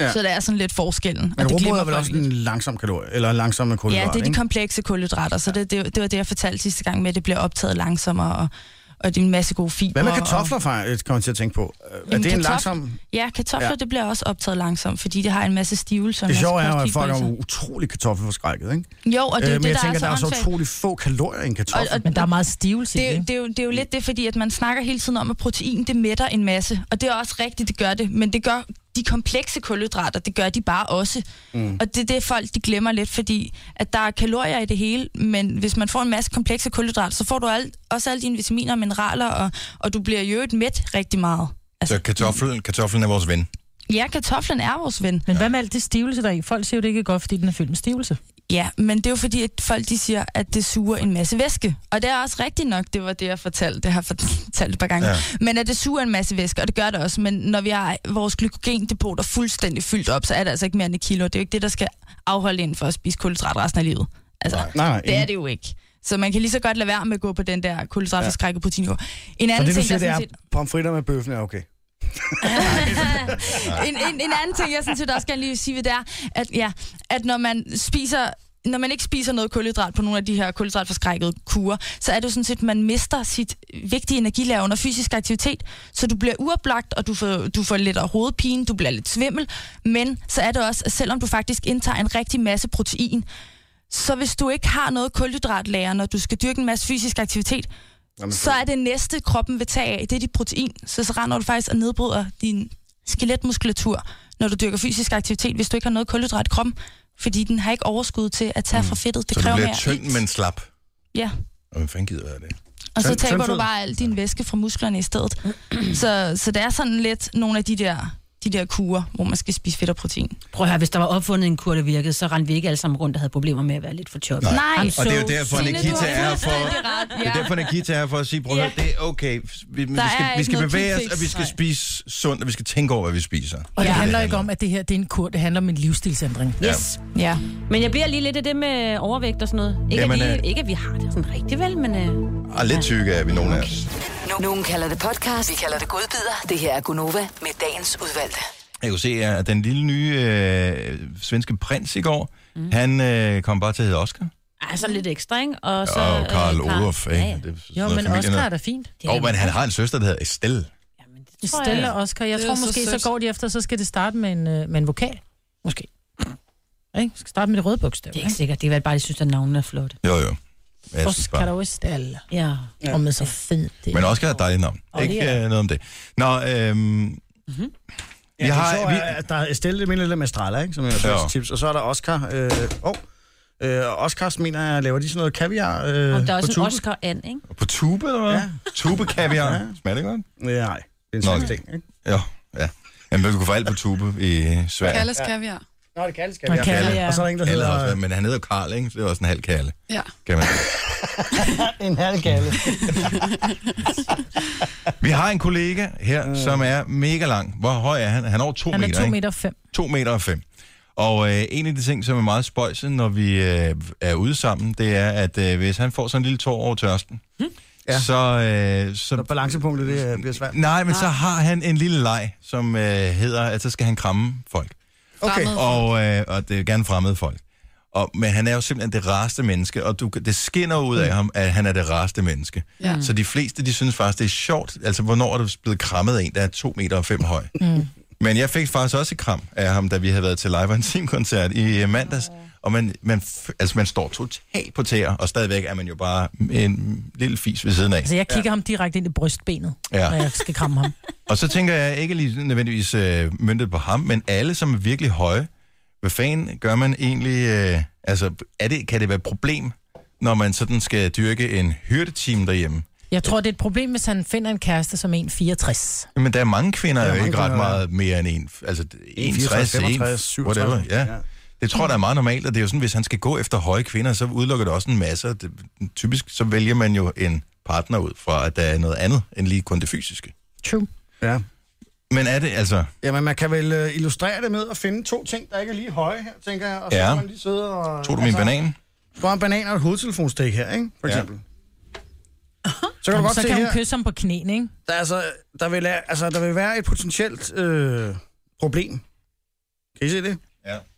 S4: Ja. Så der er sådan lidt forskellen. og
S3: Men
S4: det
S3: rugbrød
S4: glemmer
S3: er vel
S4: folk
S3: også
S4: lidt.
S3: en langsom kalorie, eller en langsom kulhydrat,
S4: Ja, det er de
S3: ikke?
S4: komplekse kulhydrater, så det, det, det var det, jeg fortalte sidste gang med, at det bliver optaget langsommere, og, og det er en masse gode fiber.
S3: Hvad med
S4: Og,
S3: kartofler, faktisk, kommer jeg til at tænke på? Øh, Er
S4: Jamen,
S3: det en
S4: kartof-
S3: langsom...
S4: ja, kartofler,
S3: Ja.
S4: ja. det bliver også optaget langsomt, fordi det har en masse stivelse. og en
S3: Det
S4: masse
S3: sjove er jo, at folk er
S4: kostfibrelser.
S3: jo utrolig kartoffelforskrækket, ikke?
S4: Jo, og det er jo
S3: Øh,
S4: det,
S3: men jeg
S4: der
S3: tænker,
S4: er så
S3: der er så
S4: åndssvagt.
S3: utrolig få kalorier i en kartoffel.
S4: Og- og-
S2: Men der er meget stivelse i det,
S4: det,
S2: ikke?
S4: det, er jo, det er jo lidt det, fordi at man snakker hele tiden om, at protein det mætter en masse. Og det er også rigtigt, det gør det. Men det gør de komplekse kulhydrater, det gør de bare også. Mm. Og det er det, folk de glemmer lidt, fordi at der er kalorier i det hele, men hvis man får en masse komplekse kulhydrater, så får du alt, også alle dine vitaminer og mineraler, og, og du bliver i øvrigt mæt rigtig meget. Altså,
S1: Så kartoflen, kartoflen er vores ven.
S4: Ja, kartoflen er vores ven.
S2: Men hvad med alt det stivelse, der er i? Folk siger jo, det ikke er godt, fordi den er fyldt med stivelse.
S4: Ja, men det er jo fordi, at folk de siger, at det suger en masse væske. Og det er også rigtigt nok, det var det, jeg fortalte. Det har jeg fortalt et par gange.
S1: Ja.
S4: Ja. Men at det suger en masse væske, og det gør det også. Men når vi har vores glykogendepoter fuldstændig fyldt op, så er det altså ikke mere end et kilo. Det er jo ikke det, der skal afholde en for at spise kulhydrat resten af livet. Altså, Nej.
S3: Nej, nej,
S4: det er
S3: ingen.
S4: det jo ikke. Så man kan lige så godt lade være med at gå på den der kulhydratforskrækket ja. proteinkur. En
S3: Så
S4: anden
S3: det, du
S4: ting,
S3: siger,
S4: jeg
S3: det er
S4: sådan set...
S3: pomfritter med bøffen er okay.
S4: en, en, en anden ting, jeg sådan set også gerne lige vil sige ved det er, at, ja, at når man spiser når man ikke spiser noget kulhydrat på nogle af de her kulhydratforskrækkede kurer, så er det jo sådan set, at man mister sit vigtige energilag under fysisk aktivitet, så du bliver uoplagt, og du får, du får lidt af hovedpine, du bliver lidt svimmel, men så er det også, at selvom du faktisk indtager en rigtig masse protein, så hvis du ikke har noget kulhydratlager, når du skal dyrke en masse fysisk aktivitet,
S3: Jamen,
S1: Mm-hmm.
S4: så er det næste, kroppen vil tage af, det er dit protein. Så, så render du faktisk og nedbryder din skeletmuskulatur, når du dyrker fysisk aktivitet, hvis du ikke har noget kulhydrat i kroppen, fordi den har ikke overskud til at tage fra fedtet. Det
S1: Mm. så du
S4: kræver
S1: bliver
S4: mere
S1: tynd,
S4: ilt.
S1: men slap.
S4: Ja.
S1: Og hvem fanden gider være det?
S4: Og så
S3: Tynd-
S4: taber
S3: tyndfed.
S4: du bare al din væske fra musklerne i stedet. så, så det er sådan lidt nogle af de der, de der kurer, hvor man skal spise fedt og protein.
S6: Prøv at høre, hvis der var opfundet en kur, der virkede, så rendte vi ikke alle sammen rundt og havde problemer med at være lidt for choppet.
S1: Nej.
S4: Nej,
S1: Og det er jo derfor,
S4: Signe, du
S1: Nikita
S4: har
S1: er for...
S4: fuldstændig ret,
S1: Det er derfor, Nikita er for at sige, prøv at høre, det er okay. Vi, vi skal,
S4: er
S1: vi
S4: ikke
S1: skal
S4: noget
S1: bevæge os,
S4: quick
S1: og vi
S4: fix,
S1: skal spise sundt, og vi skal tænke over, hvad vi spiser.
S2: Og det handler ikke om, at det her det er en kur. Det handler om en livsstilsændring.
S6: Yes.
S4: Ja.
S6: Men jeg bliver lige lidt af det med overvægt og sådan noget. Ikke,
S1: Jamen,
S6: Jamen, at,
S1: øh,
S6: vi, ikke at vi har det sådan rigtig vel, men... Øh,
S1: Og lidt tykke er vi, nogle af os.
S7: Nu- Nogen kalder det podcast, vi kalder det godbider. Det her er Gunova med dagens udvalgte.
S1: Jeg kunne se, at den lille nye øh, svenske prins i går, mm. han øh, kom bare til at hedde Oscar.
S6: altså lidt ekstra, ikke? Og så,
S1: og Karl
S6: øh, Karl-
S1: Olof, ikke?
S6: Ja, ja.
S1: Det er sådan
S2: Jo,
S1: noget
S2: men
S1: familie
S2: Oscar er
S1: noget.
S2: da fint.
S6: Det er
S1: Jo, men han har en søster, der hedder Estelle.
S6: Jamen, det tror jeg.
S2: Stella og Oscar. Jeg
S5: Det
S2: tror
S5: er så
S2: måske, så,
S5: sødt.
S2: så går de efter, så skal det starte med en, øh, med en vokal. Måske. Ikke? Skal starte med det røde bogstav.
S6: Det er ikke sikkert. Det er vel bare, de synes, at navnene er flotte.
S1: Jo, jo. Men Jeg synes
S2: Oscar
S1: bare.
S2: og Estella.
S6: Ja.
S2: Ja. Og med så fed det.
S1: Men Oscar er et dejligt navn.
S2: Og det Mhm.
S1: Ikke
S2: er
S1: øh, noget om det. Nå, øhm,
S3: Ja,
S1: Vi
S3: vi
S1: har-
S3: har, så,
S1: vi-
S3: vi... at der er Estelle Mindlem Estrella, ikke, som er
S1: Ja.
S3: første tips. Og så er der Oscar. Øh, oh, øh, og Oscars, mener jeg, laver de sådan noget kaviar øh,
S6: Og der er
S3: på
S6: også en
S3: tuben?
S6: Oscar and, ikke?
S1: på tube, eller hvad? Ja.
S3: Ja.
S1: Tube kaviar.
S3: Ja.
S1: Smager det godt?
S3: Ja, Nej, det er en
S1: Nå,
S3: slags ting, ikke?
S1: Jo, ja. Jamen, du kunne få alt på tube i Sverige.
S5: Kalles kaviar.
S3: Nå, det kaldes
S2: Man kan,
S1: Kalle.
S2: ja.
S3: Og så er der en, der
S1: Alle har
S3: hedder...
S1: også, været- men han hedder Karl, ikke? Så det er også en halv kalle,
S5: Ja.
S1: kan man
S3: En halvgalle.
S1: Vi har en kollega her, som er mega lang. Hvor høj er han? Han er over to
S2: Øh. Han er
S1: meter,
S2: 2
S1: ikke?
S2: meter 5.
S1: 2 meter og 5. Og øh, en af de ting, som er meget spøjse, når vi øh, er ude sammen, det er, at øh, hvis han får sådan en lille tår over tørsten,
S2: Hm?
S3: Ja.
S1: så, øh,
S3: Så
S1: så...
S3: balancepunktet, det øh, bliver svært.
S1: Nej, men så har han en lille leg, som øh, hedder, at så skal han kramme folk.
S3: Okay.
S1: Og, øh, og det er gerne fremmede folk. Og, men han er jo simpelthen det rareste menneske, og du, kan- det skinner ud af ham, at han er det rareste menneske.
S5: Ja.
S1: Så de fleste, de synes faktisk, det er sjovt. Altså, hvornår er du blevet krammet af en, der er 2 meter og 5 høj? Mm. Men jeg fik faktisk også et kram af ham, da vi havde været til Live Team koncert i øh, mandags. Og man, man, f- altså, man står totalt på tæer, og stadigvæk er man jo bare en lille fis ved siden af.
S2: Altså, jeg kigger ja. ham direkte ind i brystbenet,
S1: Ja.
S2: ja. når jeg skal kramme ham.
S1: Og så tænker jeg ikke lige nødvendigvis øh, myndet på ham, men alle, som er virkelig høje. Hvad fanden gør man egentlig? Øh, altså, er det, kan det være et problem, når man sådan skal dyrke en hyrdeteam derhjemme?
S2: Jeg tror, det er et problem, hvis han finder en kæreste som en 64.
S1: Men der er mange kvinder, der er jo
S3: mange
S1: ikke ret
S3: kvinder, ja.
S1: meget mere end en. Altså, 61,
S3: 65,
S1: 65,
S3: 67.
S1: whatever. Ja.
S3: Ja.
S1: Det tror jeg, der er meget normalt, og det er jo sådan, hvis han skal gå efter høje kvinder, så udelukker det også en masse. og Det, typisk så vælger man jo en partner ud fra, at der er noget andet end lige kun det fysiske.
S2: True.
S3: Ja.
S1: Men er det altså...
S3: Jamen, man kan vel øh, illustrere det med at finde to ting, der ikke er lige høje her, tænker jeg. Og så
S1: Ja.
S3: ja. kan man lige sidde og... Altså,
S1: Tog du min banan?
S3: Du har en banan og et hovedtelefonstik her, ikke? For
S1: Ja.
S3: eksempel. Så kan du
S2: Jamen,
S3: godt
S2: så
S3: se
S2: kan hun
S3: her,
S2: kysse ham på knæene, ikke?
S3: der, er altså, der, vil, er- altså, der vil være et potentielt øh, problem. Kan I se det?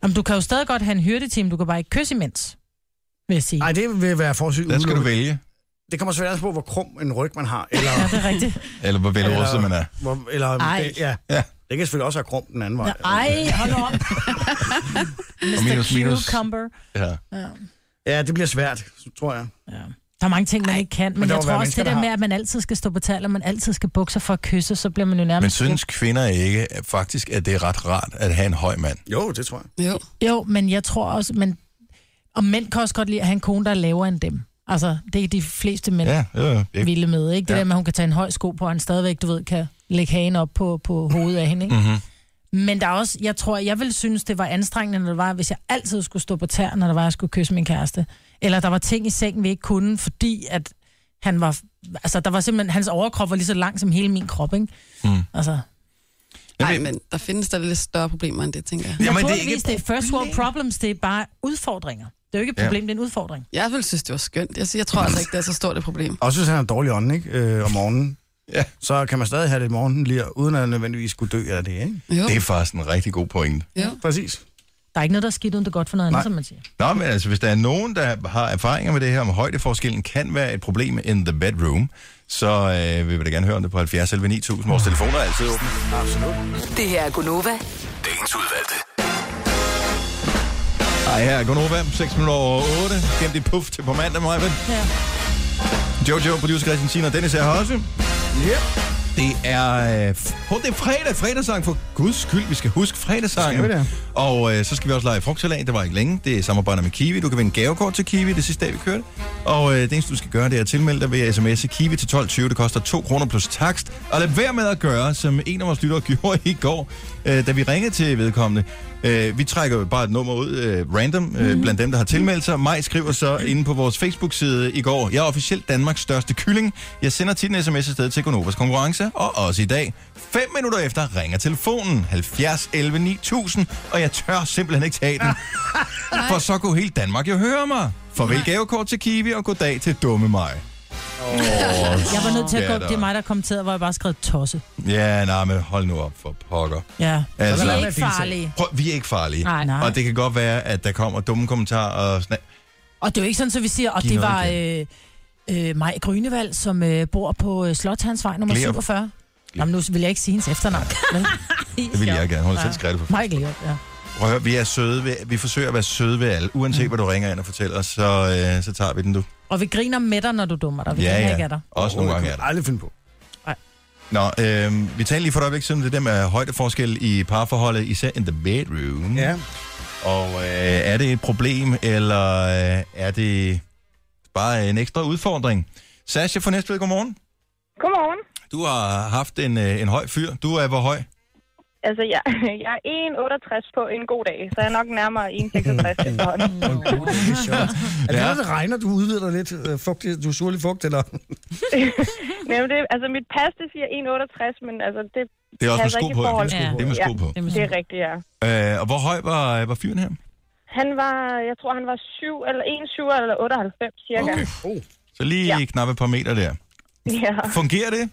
S2: Jamen, du kan jo stadig godt have en hyrdeteam, du kan bare ikke kysse imens, vil jeg sige.
S3: Nej, det vil være forholdsvis
S1: Der skal du
S3: udelukket.
S1: vælge.
S3: Det kommer selvfølgelig an på, hvor krum en ryg man har. Eller,
S2: Ja, det er rigtigt.
S1: Eller hvor velrustet
S3: Eller-
S1: man er.
S3: hvor, eller
S2: Ej.
S3: Det, ja.
S1: Ja.
S3: det kan selvfølgelig også være krum den anden vej.
S2: Ej, hold op.
S1: Og minus, minus.
S2: Cucumber.
S1: Ja.
S3: Ja, det bliver svært, tror jeg.
S2: Der er mange ting, man ikke kan, men,
S3: Men der
S2: jeg
S3: må
S2: tror
S3: være
S2: også,
S3: mennesker,
S2: det der
S3: der
S2: med,
S3: har-
S2: at man altid skal stå på tal, og man altid skal bukke sig for at kysse, så bliver man jo
S1: Men
S2: nærmest...
S1: synes kvinder ikke at faktisk, at det er ret rart at have en høj mand?
S3: Jo, det tror jeg.
S5: Jo.
S2: Jo, men jeg tror også... Men... Og mænd kan også godt lide at have en kone, der er lavere end dem. Altså, det er de fleste mænd
S1: Ja, ja, ja.
S2: ja.
S1: Det-
S2: vilde med, ikke? Det
S1: Ja.
S2: ja. der med, at hun kan tage en høj sko på, og han stadigvæk, du ved, kan lægge hagen op på, på hovedet af hende, ikke?
S1: Mhm.
S2: Men der er også, jeg tror, jeg ville synes, det var anstrengende, når det var, hvis jeg altid skulle stå på tær, når der var, jeg skulle kysse min kæreste. Eller der var ting i sengen, vi ikke kunne, fordi at han var, altså der var simpelthen, hans overkrop var lige så lang som hele min krop, ikke?
S1: Mm.
S2: Altså,
S5: Nej, men der findes der lidt større problemer end det, tænker jeg.
S1: Jamen, det er ikke
S2: naturligvis, det er first world problems, det er bare udfordringer. Det er jo ikke et
S1: Ja.
S2: problem, ja. det er en udfordring.
S5: Jeg ville synes, det var skønt. Jeg, jeg tror altså ikke, det er så stort et problem.
S3: Også hvis han har en dårlig ånd, ikke? Øh, om morgenen.
S1: Ja.
S3: Så kan man stadig have det i morgenen lige, uden at nødvendigvis skulle dø af det, ikke?
S5: Jo.
S1: Det er faktisk en rigtig god pointe.
S5: jo.
S3: Mm. Præcis.
S2: Der er ikke noget, der er skidt, uden det er godt for noget andet,
S3: Nej.
S2: som man siger.
S1: Nå, men altså, hvis der er nogen, der har erfaringer med det her, om højdeforskellen kan være et problem in the bedroom, så øh, vil vi da gerne høre om det på 70 11 9000. Vores telefoner er altid åbne.
S7: Det her er Gunova.
S9: Dagens udvalgte.
S1: Ej, her er Gunnova, 6 minutter over 8. Gennem dit puff til på mandag, Maja. Ja. Jojo, producer Christian Sina og Dennis er her også. Yep. Det er, øh, f- oh, det er fredag, fredagssang for guds skyld. Vi skal huske fredagssangen.
S3: Skal vi da.
S1: Og øh, så skal vi også lege frugtsalat. Det var ikke længe. Det er samarbejder med Kiwi. Du kan vinde gavekort til Kiwi det sidste dag, vi kørte. Og øh, det eneste, du skal gøre, det er at tilmelde dig ved at sms'e Kiwi til 12.20. Det koster 2 kroner plus takst. Og lad være med at gøre, som en af vores lyttere gjorde i går, øh, da vi ringede til vedkommende. Øh, vi trækker jo bare et nummer ud øh, random øh,
S2: Mhm.
S1: blandt dem, der har tilmeldt sig. Maj skriver så inde på vores Facebook-side i går, jeg er officielt Danmarks største kylling. Jeg sender tit en sms afsted til Gonovas konkurrence, og også i dag. 5 minutter efter ringer telefonen 70 11 9000, og jeg tør simpelthen ikke tage den. For så kunne hele Danmark jo høre mig. Farvel gavekort til Kiwi, og goddag til dumme mig.
S2: Jeg var nødt til at
S1: Ja,
S2: gå
S1: der
S2: op. Det er
S1: var.
S2: mig, der kommenterede, hvor jeg bare skrev tosse.
S1: Ja, nej, men hold nu op for pokker.
S2: Ja.
S1: Altså,
S2: Vi
S3: lad
S2: er
S3: være
S2: ikke
S3: med at
S2: farlige.
S1: prøv, vi er ikke farlige.
S6: Nej.
S2: Nej.
S1: Og det kan godt være, at der kommer dumme kommentarer og sådan
S2: Og det er jo ikke sådan, at vi siger, og
S1: Giv
S2: det
S1: noget
S2: var øh, øh, Maj Grønevald, som øh, bor på øh, Slotshandsvej nummer
S1: Glerup.
S2: 47. Jamen, nu vil jeg ikke sige hendes efternavn. vel?
S1: Det vil jeg gerne. Hun har selv
S2: Ja.
S1: skrevet det på.
S2: Maj Glerup, ja.
S1: Prøv at høre, vi er søde ved, vi forsøger at være søde ved alle. Uanset mm. hvad du ringer ind og fortæller os, så, øh, så tager vi den, du.
S2: Og vi griner med dig, når du dummer dig. Vi griner
S1: ja,
S2: ikke
S1: ja.
S2: af dig.
S1: Også nogle gange er
S3: det.
S1: det.
S3: aldrig finde på.
S1: Nå, øh, vi talte lige for et øjeblik siden om det der med højdeforskel i parforholdet, især in the bedroom.
S3: Ja.
S1: Og øh, er det et problem, eller øh, er det bare en ekstra udfordring? Sasha fra Næstved, godmorgen.
S11: Godmorgen.
S1: Du har haft en, øh, en høj fyr. Du er hvor høj?
S11: Altså, jeg, jeg er 1,68 på en god dag, så jeg er nok nærmere 1,66 efterhånden.
S3: Det er sjovt. Er det, noget, der regner, du udvider dig lidt øh, fugtig, du er surlig fugt, eller?
S11: Nej, men det, altså, mit pas, det siger 1,68, men altså, det,
S1: Det er også med
S11: passer
S1: sko
S11: ikke i
S1: på. Ja.
S11: forhold
S1: Det
S11: til...
S6: Ja.
S1: er med sko på.
S6: Det må
S11: Det
S6: sige.
S11: er rigtigt, ja.
S1: Øh, og hvor høj var, var fyren her?
S11: Han var, jeg tror, han var 7, eller 1,7 eller 98 cirka. Okay.
S3: Oh.
S1: Så lige ja. knap et par meter der.
S11: Ja.
S1: Fungerer det?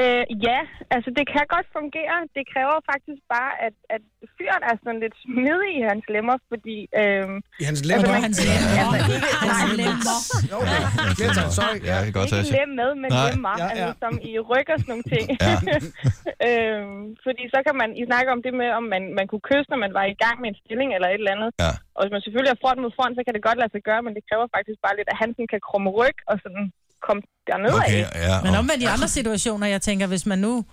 S11: Øh, ja, altså, det kan godt fungere. Det kræver faktisk bare, at, at fyren er sådan lidt smidig i hans lemmer, fordi... Øh,
S3: I hans
S11: altså,
S3: lemmer?
S11: man-
S2: hans
S11: Altså,
S2: lemmer.
S11: ikke, nej,
S2: Hans
S11: lemmer.
S2: lemmer.
S3: Jo, ja. Flertal, sorry.
S1: Ja, det er godt,
S11: ikke
S1: Sasha.
S11: lem med, men
S1: Nej.
S11: lemmer,
S3: Ja,
S11: ja,
S3: ja.
S11: ja. altså som i ryg og sådan nogle ting.
S1: Ja.
S11: øhm, fordi så kan man, I snakker om det med, om man, man kunne kysse, når man var i gang med en stilling eller et eller andet.
S1: Ja.
S11: Og hvis man selvfølgelig er front mod front, så kan det godt lade sig gøre, men det kræver faktisk bare lidt, at han sådan kan krumme ryg og sådan komme dernede af.
S1: Okay, ja.
S2: Men
S1: og-
S2: omvendt i andre situationer, jeg tænker, hvis man nu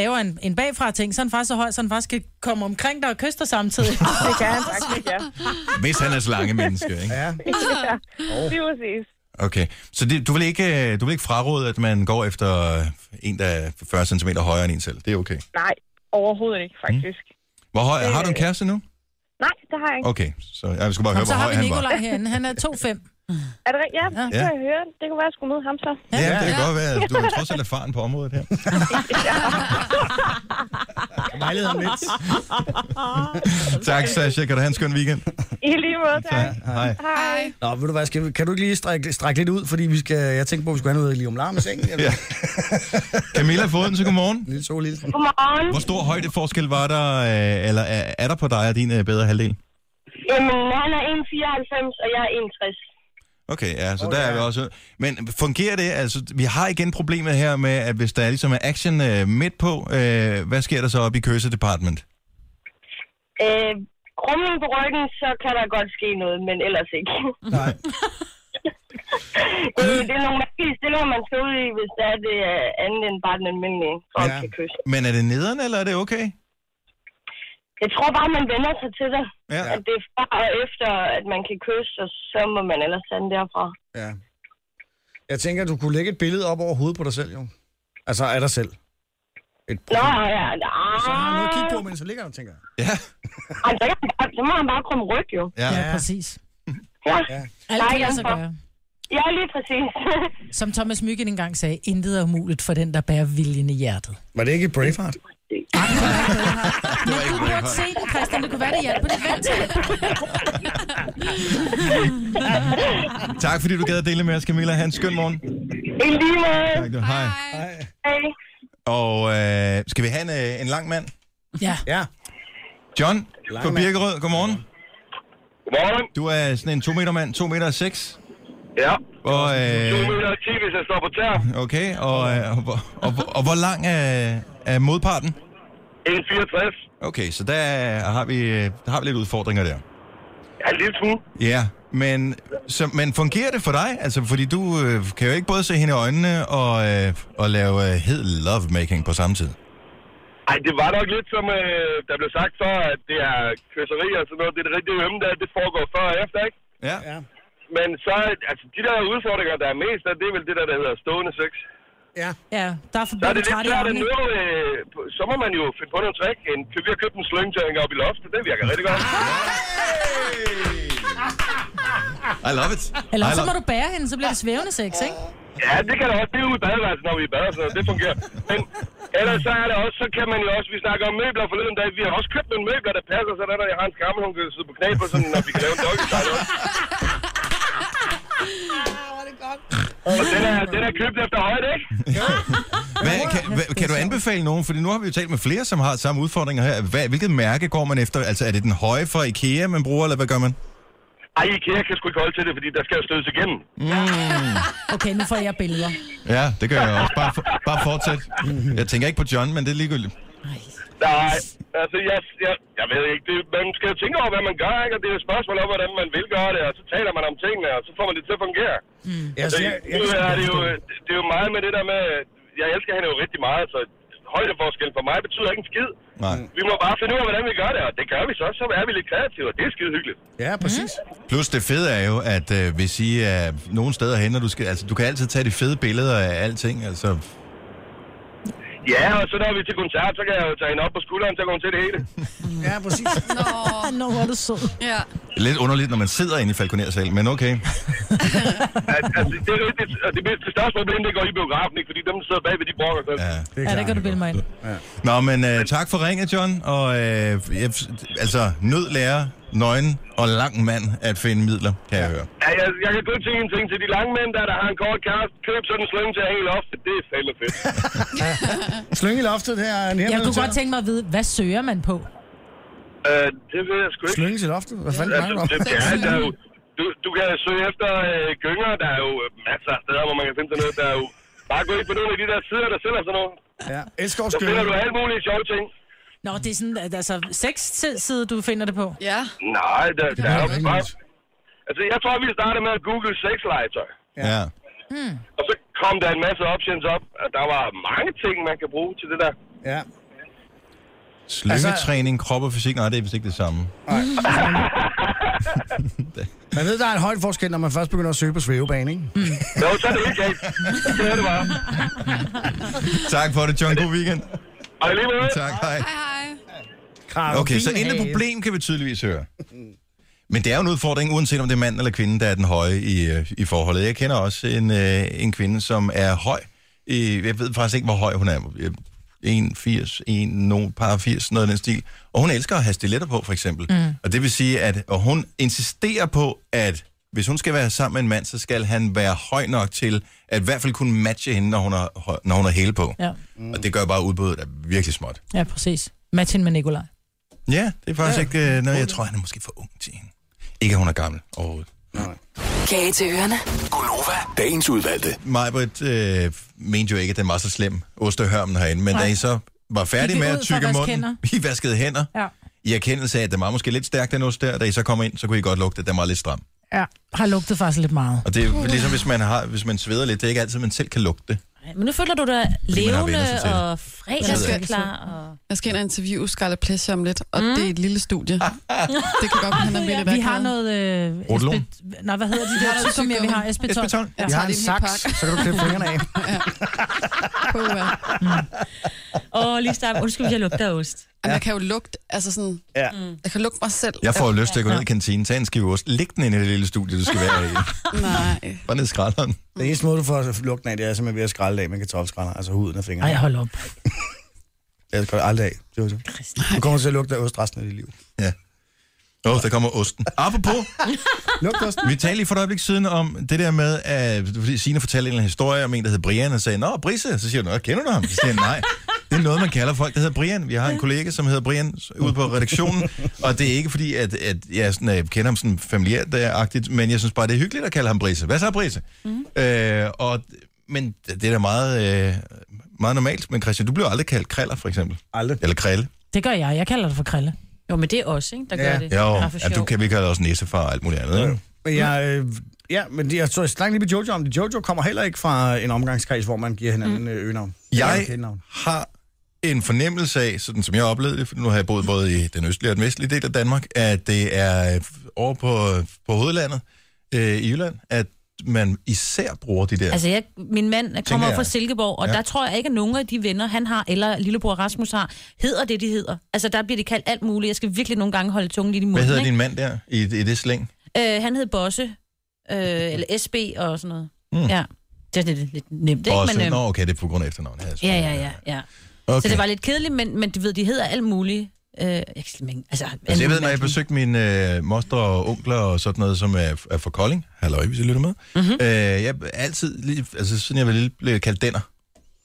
S2: laver en, en bagfra ting, så er han faktisk så høj, så han faktisk kan komme omkring dig og kysse dig samtidig.
S11: Det kan han faktisk, ja.
S1: Hvis han er slange menneske, ikke?
S3: Ja.
S11: ja. Det er præcis.
S1: Okay. Så det, du, vil ikke, øh, du vil ikke fraråde, at man går efter øh, en, der er 40 cm højere end en selv. Det er okay.
S11: Nej, overhovedet
S1: Mm.
S11: ikke, faktisk.
S1: Hvor høj, har du en kæreste nu?
S11: Nej, det har jeg ikke.
S1: Okay, så jeg skulle bare
S2: Kom,
S1: høre,
S2: så
S1: hvor
S2: har
S1: høj
S2: vi
S1: han var.
S2: Nikolaj herinde. Han er 2,5.
S11: Er det rigtigt? Ja, det
S1: Ja.
S11: kan jeg høre. Det kunne være, at jeg skulle møde ham så.
S1: Ja, det kan godt være. Du er trods alt erfaren på området her.
S3: Vejleder ham lidt.
S1: Tak, Sasha. Kan du have en skøn weekend?
S11: I lige måde, tak.
S1: Hej.
S11: Hej.
S3: Nå, ved du hvad, skal, vi- kan du ikke lige strække, strække lidt ud, fordi vi skal, jeg tænkte på, at vi skulle have noget lige om larm i sengen. Eller?
S1: Ja. Camilla Foden, så godmorgen.
S3: Lille sol, lille.
S11: Godmorgen.
S1: Hvor stor højdeforskel var der, øh, eller er, er der på dig og din øh, bedre halvdel?
S11: Jamen, han er 1,94, og jeg er 1,60.
S1: Okay, ja, så
S3: Åh,
S1: oh, der er
S3: ja.
S1: vi også. Men fungerer det? Altså, vi har igen problemet her med, at hvis der ligesom er action øh, midt på, øh, hvad sker der så op i køsedepartment?
S11: Øh, krumling på ryggen, så kan der godt ske noget, men ellers ikke.
S3: Nej.
S11: det, det, er nogle mærkelige stillinger, man skal ud i, hvis det er det er andet end bare den almindelige for
S3: Ja.
S11: ja. kan kysse.
S1: Men er det nederen, eller er det okay?
S11: Jeg tror bare, man vender sig til det.
S1: Ja.
S11: At det er fra og efter, at man kan kysse, og så må man ellers tage den derfra.
S3: Ja. Jeg tænker, du kunne lægge et billede op over hovedet på dig selv, jo. Altså, af dig selv. Et
S11: Nå, ja, nej.
S3: Så har han noget at kigge på, mens han ligger der, tænker jeg.
S1: Ja.
S11: Altså, jeg, så må han bare krumme ryg, jo.
S1: ja.
S2: Ja, præcis.
S3: Ja.
S11: Ja,
S2: Alt
S11: Nej,
S2: kan lade
S11: jeg
S2: sig
S11: tror-
S2: gøre.
S11: ja lige præcis.
S2: Som Thomas Myggen engang sagde, intet er umuligt for den, der bærer viljen i hjertet.
S3: Var det ikke i Braveheart?
S2: Men du burde se den, Christian. Det kunne være, det hjalp på dit ventil.
S1: Tak, fordi du gad at dele med os, Camilla. Ha' en skøn morgen.
S11: I lige måde.
S1: Tak, du. Hej.
S11: Hej.
S1: Og øh, skal vi have en, øh, en lang mand?
S2: Ja.
S3: Ja.
S1: John fra
S3: Langmand.
S1: Birkerød, godmorgen.
S12: Godmorgen.
S1: Du er sådan en 2 meter mand, 2 meter 6.
S12: Ja.
S1: Og, øh,
S12: meter 10, hvis jeg står på tær.
S1: okay, og, øh, og, hvor- og, hvor- og hvor lang er, er modparten?
S12: 1,64.
S1: Okay, så der har vi, der har vi lidt udfordringer der.
S11: En lille smule.
S1: Ja, men, så, men fungerer det for dig? Altså, fordi du øh, kan jo ikke både se hende i øjnene og, øh, og lave øh, hed lovemaking på samme tid.
S11: Ej, det var nok lidt som, øh, der blev sagt før, at det er kysseri og sådan noget. Det er det rigtige ømme, der, det foregår før og efter, ikke?
S1: Ja.
S3: ja.
S11: Men så, altså, de der udfordringer, der er mest af, det er vel det der, der hedder stående sex.
S3: Ja.
S2: Ja, der er for
S11: Så er det lidt klart, at
S2: ikke?
S11: nu, øh, så må man jo finde på noget trick. En, vi har købt en slyngtøring op i loftet, det virker rigtig godt.
S1: I love it.
S2: Eller
S11: I
S2: så
S11: love-
S2: må du bære hende, så bliver det svævende sex, ikke?
S11: Ja, det kan der også. Det er ude i badeværelset, når vi er i bad, så det fungerer. Men ellers så er det også, så kan man jo også, vi snakker om møbler forleden dag, vi har også købt nogle møbler, der passer, så der, når jeg har en skammel, hun kan sidde på knæ på sådan, når vi kan lave en doggystyle. Og den er, den er købt efter højde, ikke?
S1: Hvad, kan, hvad, kan du anbefale nogen? Fordi nu har vi jo talt med flere, som har samme udfordringer her. Hvad, hvilket mærke går man efter? Altså, er det den høje fra IKEA, man bruger, eller hvad gør man?
S11: Ej, IKEA kan sgu ikke holde til det, fordi der skal jo stødes igennem.
S1: Mm.
S2: Okay, nu får jeg billeder.
S1: Ja, det gør jeg også. Bare, for, bare fortsæt. Jeg tænker ikke på John, men det er ligegyldigt.
S11: Nej, altså jeg, jeg, jeg ved ikke, det, man skal jo tænke over, hvad man gør, ikke? Og det er jo et spørgsmål om, hvordan man vil gøre det, og så taler man om tingene, og så får man det til at fungere. Mm.
S3: Jeg
S11: Altså,
S3: siger,
S11: jeg,
S3: jeg,
S11: nu
S3: jeg,
S11: er det, jo, øh, det er jo meget med det der med, øh, jeg elsker hende jo rigtig meget, så højdeforskellen for mig betyder ikke en skid.
S1: Nej.
S11: Vi må bare finde ud af, hvordan vi gør det, og det gør vi så, så er vi lidt kreative, og det er skide hyggeligt.
S3: Ja, præcis.
S1: Plus det fede er jo, at øh, hvis I er nogen steder hen, og du skal, altså, du kan altid tage de fede billeder af alting. Altså,
S11: Ja, og så når vi er til koncert, så kan jeg jo tage hende op på skulderen, så går hun til det hele.
S3: Ja, præcis.
S2: Mm. Nå, Nå hvor er du sød.
S5: Ja.
S1: lidt underligt, når man sidder inde i Falconer-salen, men okay.
S11: altså, det er rigtigt, og det, det største problem, det går i biografen, ikke? Fordi dem, der sidder bagved, de brokker sig.
S1: Ja,
S2: Ja, det kan du bilde mig ind.
S1: Nå, men øh, tak for ringet, John. Og øh, jeg, altså, nød lærer, nøgen og lang mand at finde midler, kan jeg høre.
S11: Ja, jeg, jeg kan kun sige en ting til de lange mænd, der, der har en kort kæreste. Køb sådan en slynge til at hænge i loftet. Det er fandme fedt.
S3: Slyng i loftet her. er En
S2: Jeg kunne godt tænke mig at vide, hvad søger man på?
S11: øh, det ved jeg sgu ikke.
S3: Slynge til loftet? Hvad fanden
S11: Altså,
S3: snakker
S11: det,
S3: du om?
S11: det er, der er jo, du, du kan søge efter øh, gynger. Der er jo øh, masser af steder, hvor man kan finde sådan noget. Der er jo bare gå ind på nogle af de der sider, der sælger sådan noget.
S3: Ja,
S11: Så finder du
S3: elskovskyld.
S11: alle mulige sjove ting.
S2: Nå, det er sådan, at, altså sexside, du finder det på.
S5: Ja.
S11: Nej, der,
S2: Det kan
S11: der er
S2: være
S11: jo bare... Altså, jeg tror, vi startede med at google sexlegetøj.
S1: Ja.
S11: Og så kom der en masse options op. og Der var mange ting, man kan bruge til det der.
S3: Ja.
S1: Slyngetræning, krop og fysik, nej, det er vist ikke det samme.
S3: Man ved, der er en højt forskel, når man først begynder at søge på svævebanen, ikke?
S2: Mm.
S11: Jo, så er det helt galt. Det er det bare.
S1: Tak for det, John. God weekend.
S11: Og i lige måde.
S1: Tak, hej.
S3: Krav,
S1: Okay, så
S3: din
S1: intet
S3: have.
S1: problem kan vi tydeligvis høre. Men det er jo en udfordring, uanset om det er mand eller kvinde, der er den høje i, øh, i forholdet. Jeg kender også en, øh, en kvinde, som er høj. I, jeg ved faktisk ikke, hvor høj hun er. Øh, 1,80, 1, no, par 80, noget af den stil. Og hun elsker at have stiletter på, for eksempel. Mm. Og det vil sige, at og hun insisterer på, at hvis hun skal være sammen med en mand, så skal han være høj nok til, at i hvert fald kunne matche hende, når hun har, hø- når hun har hæle på.
S2: Ja,
S1: Mm. Og det gør bare udbuddet er virkelig småt.
S2: ja præcis. Matchen med Nikolaj.
S1: Ja, det er faktisk ja. ikke øh, noget, jeg tror, han er måske for ung til hende. Ikke, at hun er gammel overhovedet.
S7: Kage til ørerne.
S9: Gunova, dagens udvalgte.
S1: Majbrit øh, mente jo ikke, at den var så slem, ostehørmen herinde, men Nej.
S2: Nej.
S1: da I så var færdige
S2: I gik
S1: med at
S2: ud for at
S1: tykke
S2: vaske
S1: munden,
S2: hænder.
S1: I vaskede hænder,
S2: Ja.
S1: i erkendelse af, at den var måske lidt stærk, den ost der, da I så kom ind, så kunne I godt lugte, at den var lidt stram.
S2: Ja, har lugtet faktisk lidt meget.
S1: Og det er jo ligesom, hvis man, har, hvis man sveder lidt, det er ikke altid, man selv kan lugte det.
S6: Men nu føler du dig
S1: venner
S6: levende
S1: sig til det.
S6: og
S5: Jeg
S6: fredagsklar.
S5: skal-
S6: Og...
S5: Jeg skal ind og interviewe Scarlett Pleasure om lidt, og mm. det er et lille studie. det kan godt være, han er lidt
S2: Vi har noget... Øh,
S1: Rotlon.
S2: SB Nej, hvad hedder de
S5: har
S2: der
S5: noget
S2: tykker, vi har?
S1: SB12.
S2: SB12.
S1: Ja.
S3: Jeg
S5: din
S3: har en
S5: helt
S3: saks, så kan du klippe fingrene af.
S5: på. Ja.
S6: Åh, lige start. Undskyld, jeg lugter af ost.
S5: Jamen, jeg kan jo lugte, altså sådan...
S3: Ja.
S11: Mm.
S5: Jeg kan lugte mig selv.
S1: Jeg får jo lyst til at gå ned i kantinen, tage en skive ost, læg den ind i det lille studie, du skal være i.
S5: Nej.
S1: Bare ned i skralderen.
S3: Det eneste måde, du får lugten af, det er simpelthen ved at skralde af med kartoffelskræller, altså huden af fingrene.
S2: Ej, hold op.
S3: Jeg skal aldrig af. Det var det. Du kommer til at lugte af ost resten af dit liv.
S1: Ja. Åh, oh, der kommer osten. Apropos,
S3: Lugt osten.
S1: Vi talte lige for et øjeblik siden om det der med, at fordi Signe fortalte en eller anden historie om en, der hed Brian, og sagde, Nå, Brisse, så siger du, Nå, kender du ham? Så siger jeg, nej. Det er noget, man kalder folk, der hedder Brian. Vi har en kollega, som hedder Brian, ude på redaktionen, og det er ikke fordi, at, at jeg sådan, øh, kender ham sådan familiært, øh, agtigt, men jeg synes bare, det er hyggeligt at kalde ham Brisse. Hvad så, Brisse?
S6: Mhm.
S1: Mm. Øh, og, men det er da meget, øh, meget normalt, men Christian, du bliver aldrig kaldt Kreller, for eksempel.
S3: Aldrig.
S1: Eller Krille.
S2: Det gør jeg. Jeg kalder det for krille.
S6: Jo, men det er os, ikke, der gør
S3: Ja.
S6: det.
S1: Jo,
S6: Bare for
S1: ja, du
S6: sjov.
S1: kan vi kalde også nissefar og alt muligt andet. Ja.
S3: Men jeg, øh, ja, men jeg, så jeg snakker lige med Jojo om det. Jojo kommer heller ikke fra en omgangskreds, hvor man giver hinanden mm. øgenavn.
S1: Jeg
S3: Eller kælenavn.
S1: har en fornemmelse af, sådan som jeg oplevede det, for nu har jeg boet både i den østlige og den vestlige del af Danmark, at det er øh, over på, på hovedlandet øh, i Jylland, at man især bruger de der...
S6: Altså, jeg, min mand
S1: Tænker
S6: kommer
S1: jeg.
S6: fra Silkeborg, og
S1: Ja.
S6: ja. der tror jeg ikke, at nogen af de venner, han har, eller lillebror Rasmus har, hedder det, de hedder. Altså, der bliver de kaldt alt muligt. Jeg skal virkelig nogle gange holde tungen lige i munden.
S1: Hvad hedder
S6: ikke?
S1: din mand der i, i det slæng?
S6: Øh, han hed Bosse, øh, eller SB og sådan noget.
S1: Mm.
S6: Mm. Ja, det er lidt, lidt nemt, ikke?
S1: Og så,
S6: øh,
S1: nå, okay, det er på grund af efternavnet. Ja,
S6: ja, ja, ja. ja.
S1: Okay.
S6: Okay. Så det var lidt kedeligt, men, men du ved, de hedder alt muligt. Øh, jeg kan slet ikke, altså,
S1: Altså, jeg ved,
S6: alt
S1: når jeg
S6: muligt.
S1: besøgte mine øh, moster og onkler og sådan noget, som er, er fra Kolding, halløj, hvis I lytter med,
S6: Mhm.
S1: mm-hmm. øh, jeg er altid, lige, altså siden jeg var lille, blev jeg kaldt denner.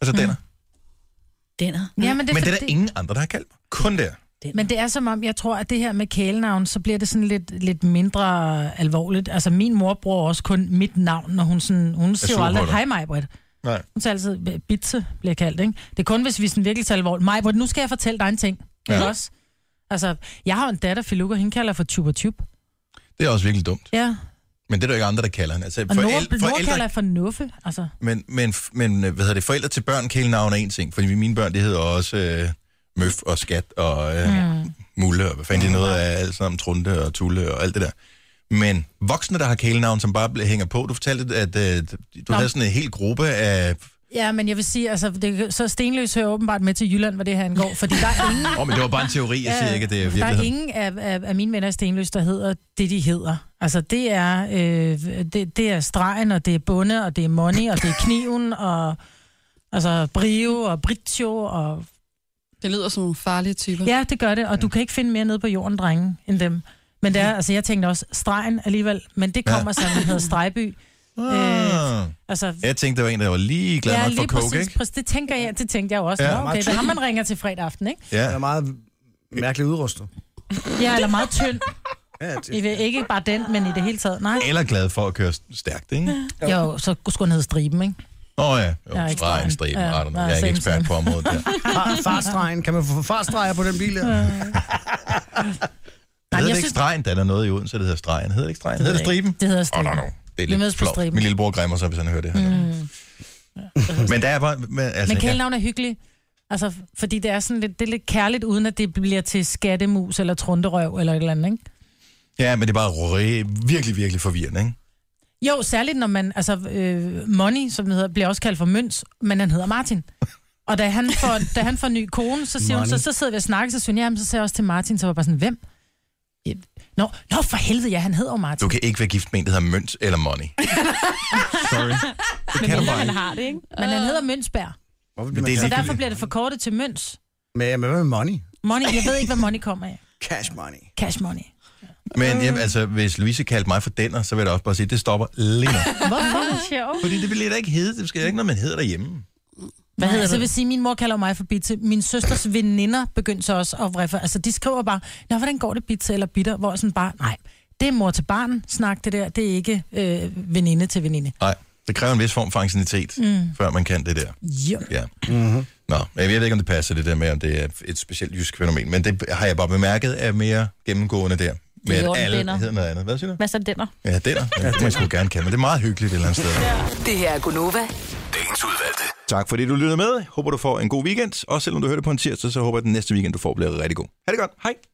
S1: Altså
S6: Mhm.
S1: mm. denner.
S6: Denner.
S2: Ja, men det, er
S1: Men det er der
S2: fordi-
S1: ingen andre, der har kaldt mig. Kun der.
S2: Men det er som om, jeg tror, at det her med kælenavn, så bliver det sådan lidt, lidt mindre alvorligt. Altså, min mor bruger også kun mit navn, når hun, sådan, hun siger
S13: sur
S2: jo
S13: på
S2: aldrig,
S13: dig.
S2: hej mig, Britt.
S1: Nej.
S2: Hun siger altid, bitse bliver kaldt, ikke? Det er kun, hvis vi sådan virkelig tager alvorligt. Mig, Britt, nu skal jeg fortælle dig en ting.
S1: Ja.
S2: Ja. Også? Altså, jeg har jo en datter, Filuka, hende kalder jeg for Tuba Tub.
S1: Det er også virkelig dumt.
S2: Ja,
S1: Men det er der jo ikke andre, der kalder han. Altså,
S2: og Nora,
S1: forældre-
S2: Nora
S1: forældre-
S2: kalder jeg for Nuffe. Altså,
S1: Men, men, men øh, hvad hedder det, forældre til børn, kælenavn er en ting, fordi mine børn, det hedder også øh, Møf og Skat og øh, mm. Mulle, og hvad fanden det er noget af, alt sammen Trunte og Tulle og alt det der. Men voksne, der har kælenavn, som bare bl- hænger på, du fortalte, at øh, du Nå. havde sådan en hel gruppe af...
S2: ja, men jeg vil sige, altså, det, så Stenløs hører åbenbart med til Jylland, hvor det her angår, fordi der er ingen...
S1: Åh, oh, men det var bare en teori, jeg siger ikke, at det er
S2: Der er
S1: virkeligheden.
S2: ingen af, af, af mine venner i Stenløs, der hedder det, de hedder. Altså, det er, øh, det, det er stregen, og det er bunde, og det er money, og det er kniven, og altså, brio, og britjo, og...
S5: Det lyder som nogle farlige typer.
S2: Ja, det gør det, og du kan ikke finde mere nede på jorden, drenge, end dem. Men det er, altså, jeg tænkte også, stregen alligevel, men det
S1: Ja.
S2: kommer ja. så, man hedder Strejby.
S1: Ah.
S2: altså,
S1: Jeg tænkte, der var en, der var lige glad nok for coke,
S2: præcis,
S1: ikke?
S2: præcis. Det tænker jeg, det tænkte jeg jo også.
S1: Ja.
S2: Ja, okay, det er ham, man ringer til fredag aften, ikke?
S1: Ja.
S3: Jeg er meget mærkeligt udrustet.
S2: Ja, eller meget tynd.
S3: Ja,
S2: I vil ikke bare den, men i det hele taget. Nej.
S1: Eller glad for at køre stærkt, ikke?
S2: Jo, så skulle den hedde Striben, ikke?
S1: Åh oh, ja,
S2: Jeg er
S1: jo,
S2: ikke
S1: stregen,
S2: stregen.
S1: streben,
S2: Ja,
S1: ja, jeg
S2: nej,
S1: er ikke
S2: same,
S1: ekspert
S2: same.
S1: på området der.
S3: Far, farstregen. Kan man få farstreger på den bil der?
S1: Det hedder
S2: jeg
S1: det ikke
S2: synes-
S1: stregen, der er der noget i Odense, der hedder stregen. Hedder det ikke stregen?
S2: Det
S1: Hedder det
S2: ved jeg
S1: striben?
S2: ikke. Det hedder
S1: Åh,
S2: striben.
S1: nej, nej. Det
S2: Vi
S1: er lidt
S2: mødes på
S1: flot.
S2: striben.
S1: Min lillebror græmmer sig, hvis han hører det her.
S2: Mm.
S1: Men der er bare... Men, altså,
S2: Men
S1: ja.
S2: kælenavn er hyggelige. Altså, fordi det er sådan lidt, det er lidt kærligt, uden at det bliver til skattemus eller trunderøv eller et eller andet, ikke?
S1: ja, men det er bare re- virkelig, virkelig forvirrende, ikke?
S2: Jo, særligt når man, altså øh, Money, som det hedder, bliver også kaldt for Møns, men han hedder Martin. Og da han får, da han får en ny kone, så siger hun, så,
S13: Money.
S2: så sidder vi og snakker, så synes jeg, jamen, så siger jeg også til Martin, så var jeg bare sådan, hvem? Ja, Nå, nå, for helvede, ja, han hedder jo Martin.
S1: Du kan ikke være gift med en, der hedder Mønt eller Money. Sorry. Det kan du bare ikke.
S2: har det, ikke? Men han hedder Mønsberg,
S3: Hvorfor
S1: Men
S3: bliver
S1: det er
S2: så
S3: man kaldt-
S2: derfor bliver det forkortet til Møns.
S3: Men men hvad med money?
S2: Money, jeg ved ikke, hvad money kommer af.
S3: Cash money.
S2: Cash money.
S1: Men jamen, altså, hvis Louise kaldte mig for denner, så vil jeg da også bare sige, at det stopper lige nu.
S2: Hvorfor? Sjov.
S1: Fordi det bliver da ikke hedde. Det skal da ikke noget, man hedder derhjemme.
S2: Hvad hedder altså, det? vil sige, min mor kalder mig for Bitte. Min søsters veninder begyndte så også at refer. Altså, de skriver bare, Nå, hvordan går det, Bitte eller Bitter? Hvor jeg sådan bare, nej, det er mor til barn snak, det der. Det er ikke øh, veninde til veninde.
S1: Nej, det kræver en vis form for angstinitet, mm.
S2: Mm.
S1: før man kan det der.
S2: Jo.
S1: Ja. Mm-hmm. Nå, jeg ved ikke, om det passer det der med, om det er et specielt jysk fænomen, men det har jeg bare bemærket er mere gennemgående der. Med
S6: Jo,
S1: at
S6: den
S1: alle
S6: ender.
S1: hedder noget andet. Hvad siger du?
S6: Hvad så denner?
S1: Ja, den er. Ja, det må jeg sgu gerne kan, men det er meget hyggeligt et eller andet sted.
S7: Det her er Gunova.
S9: Dagens udvalgte.
S1: Tak fordi du lyttede med. Håber du får en god weekend. Og selvom du hører det på en tirsdag, så håber jeg, at den næste weekend, du får, bliver rigtig god. Ha' det godt. Hej.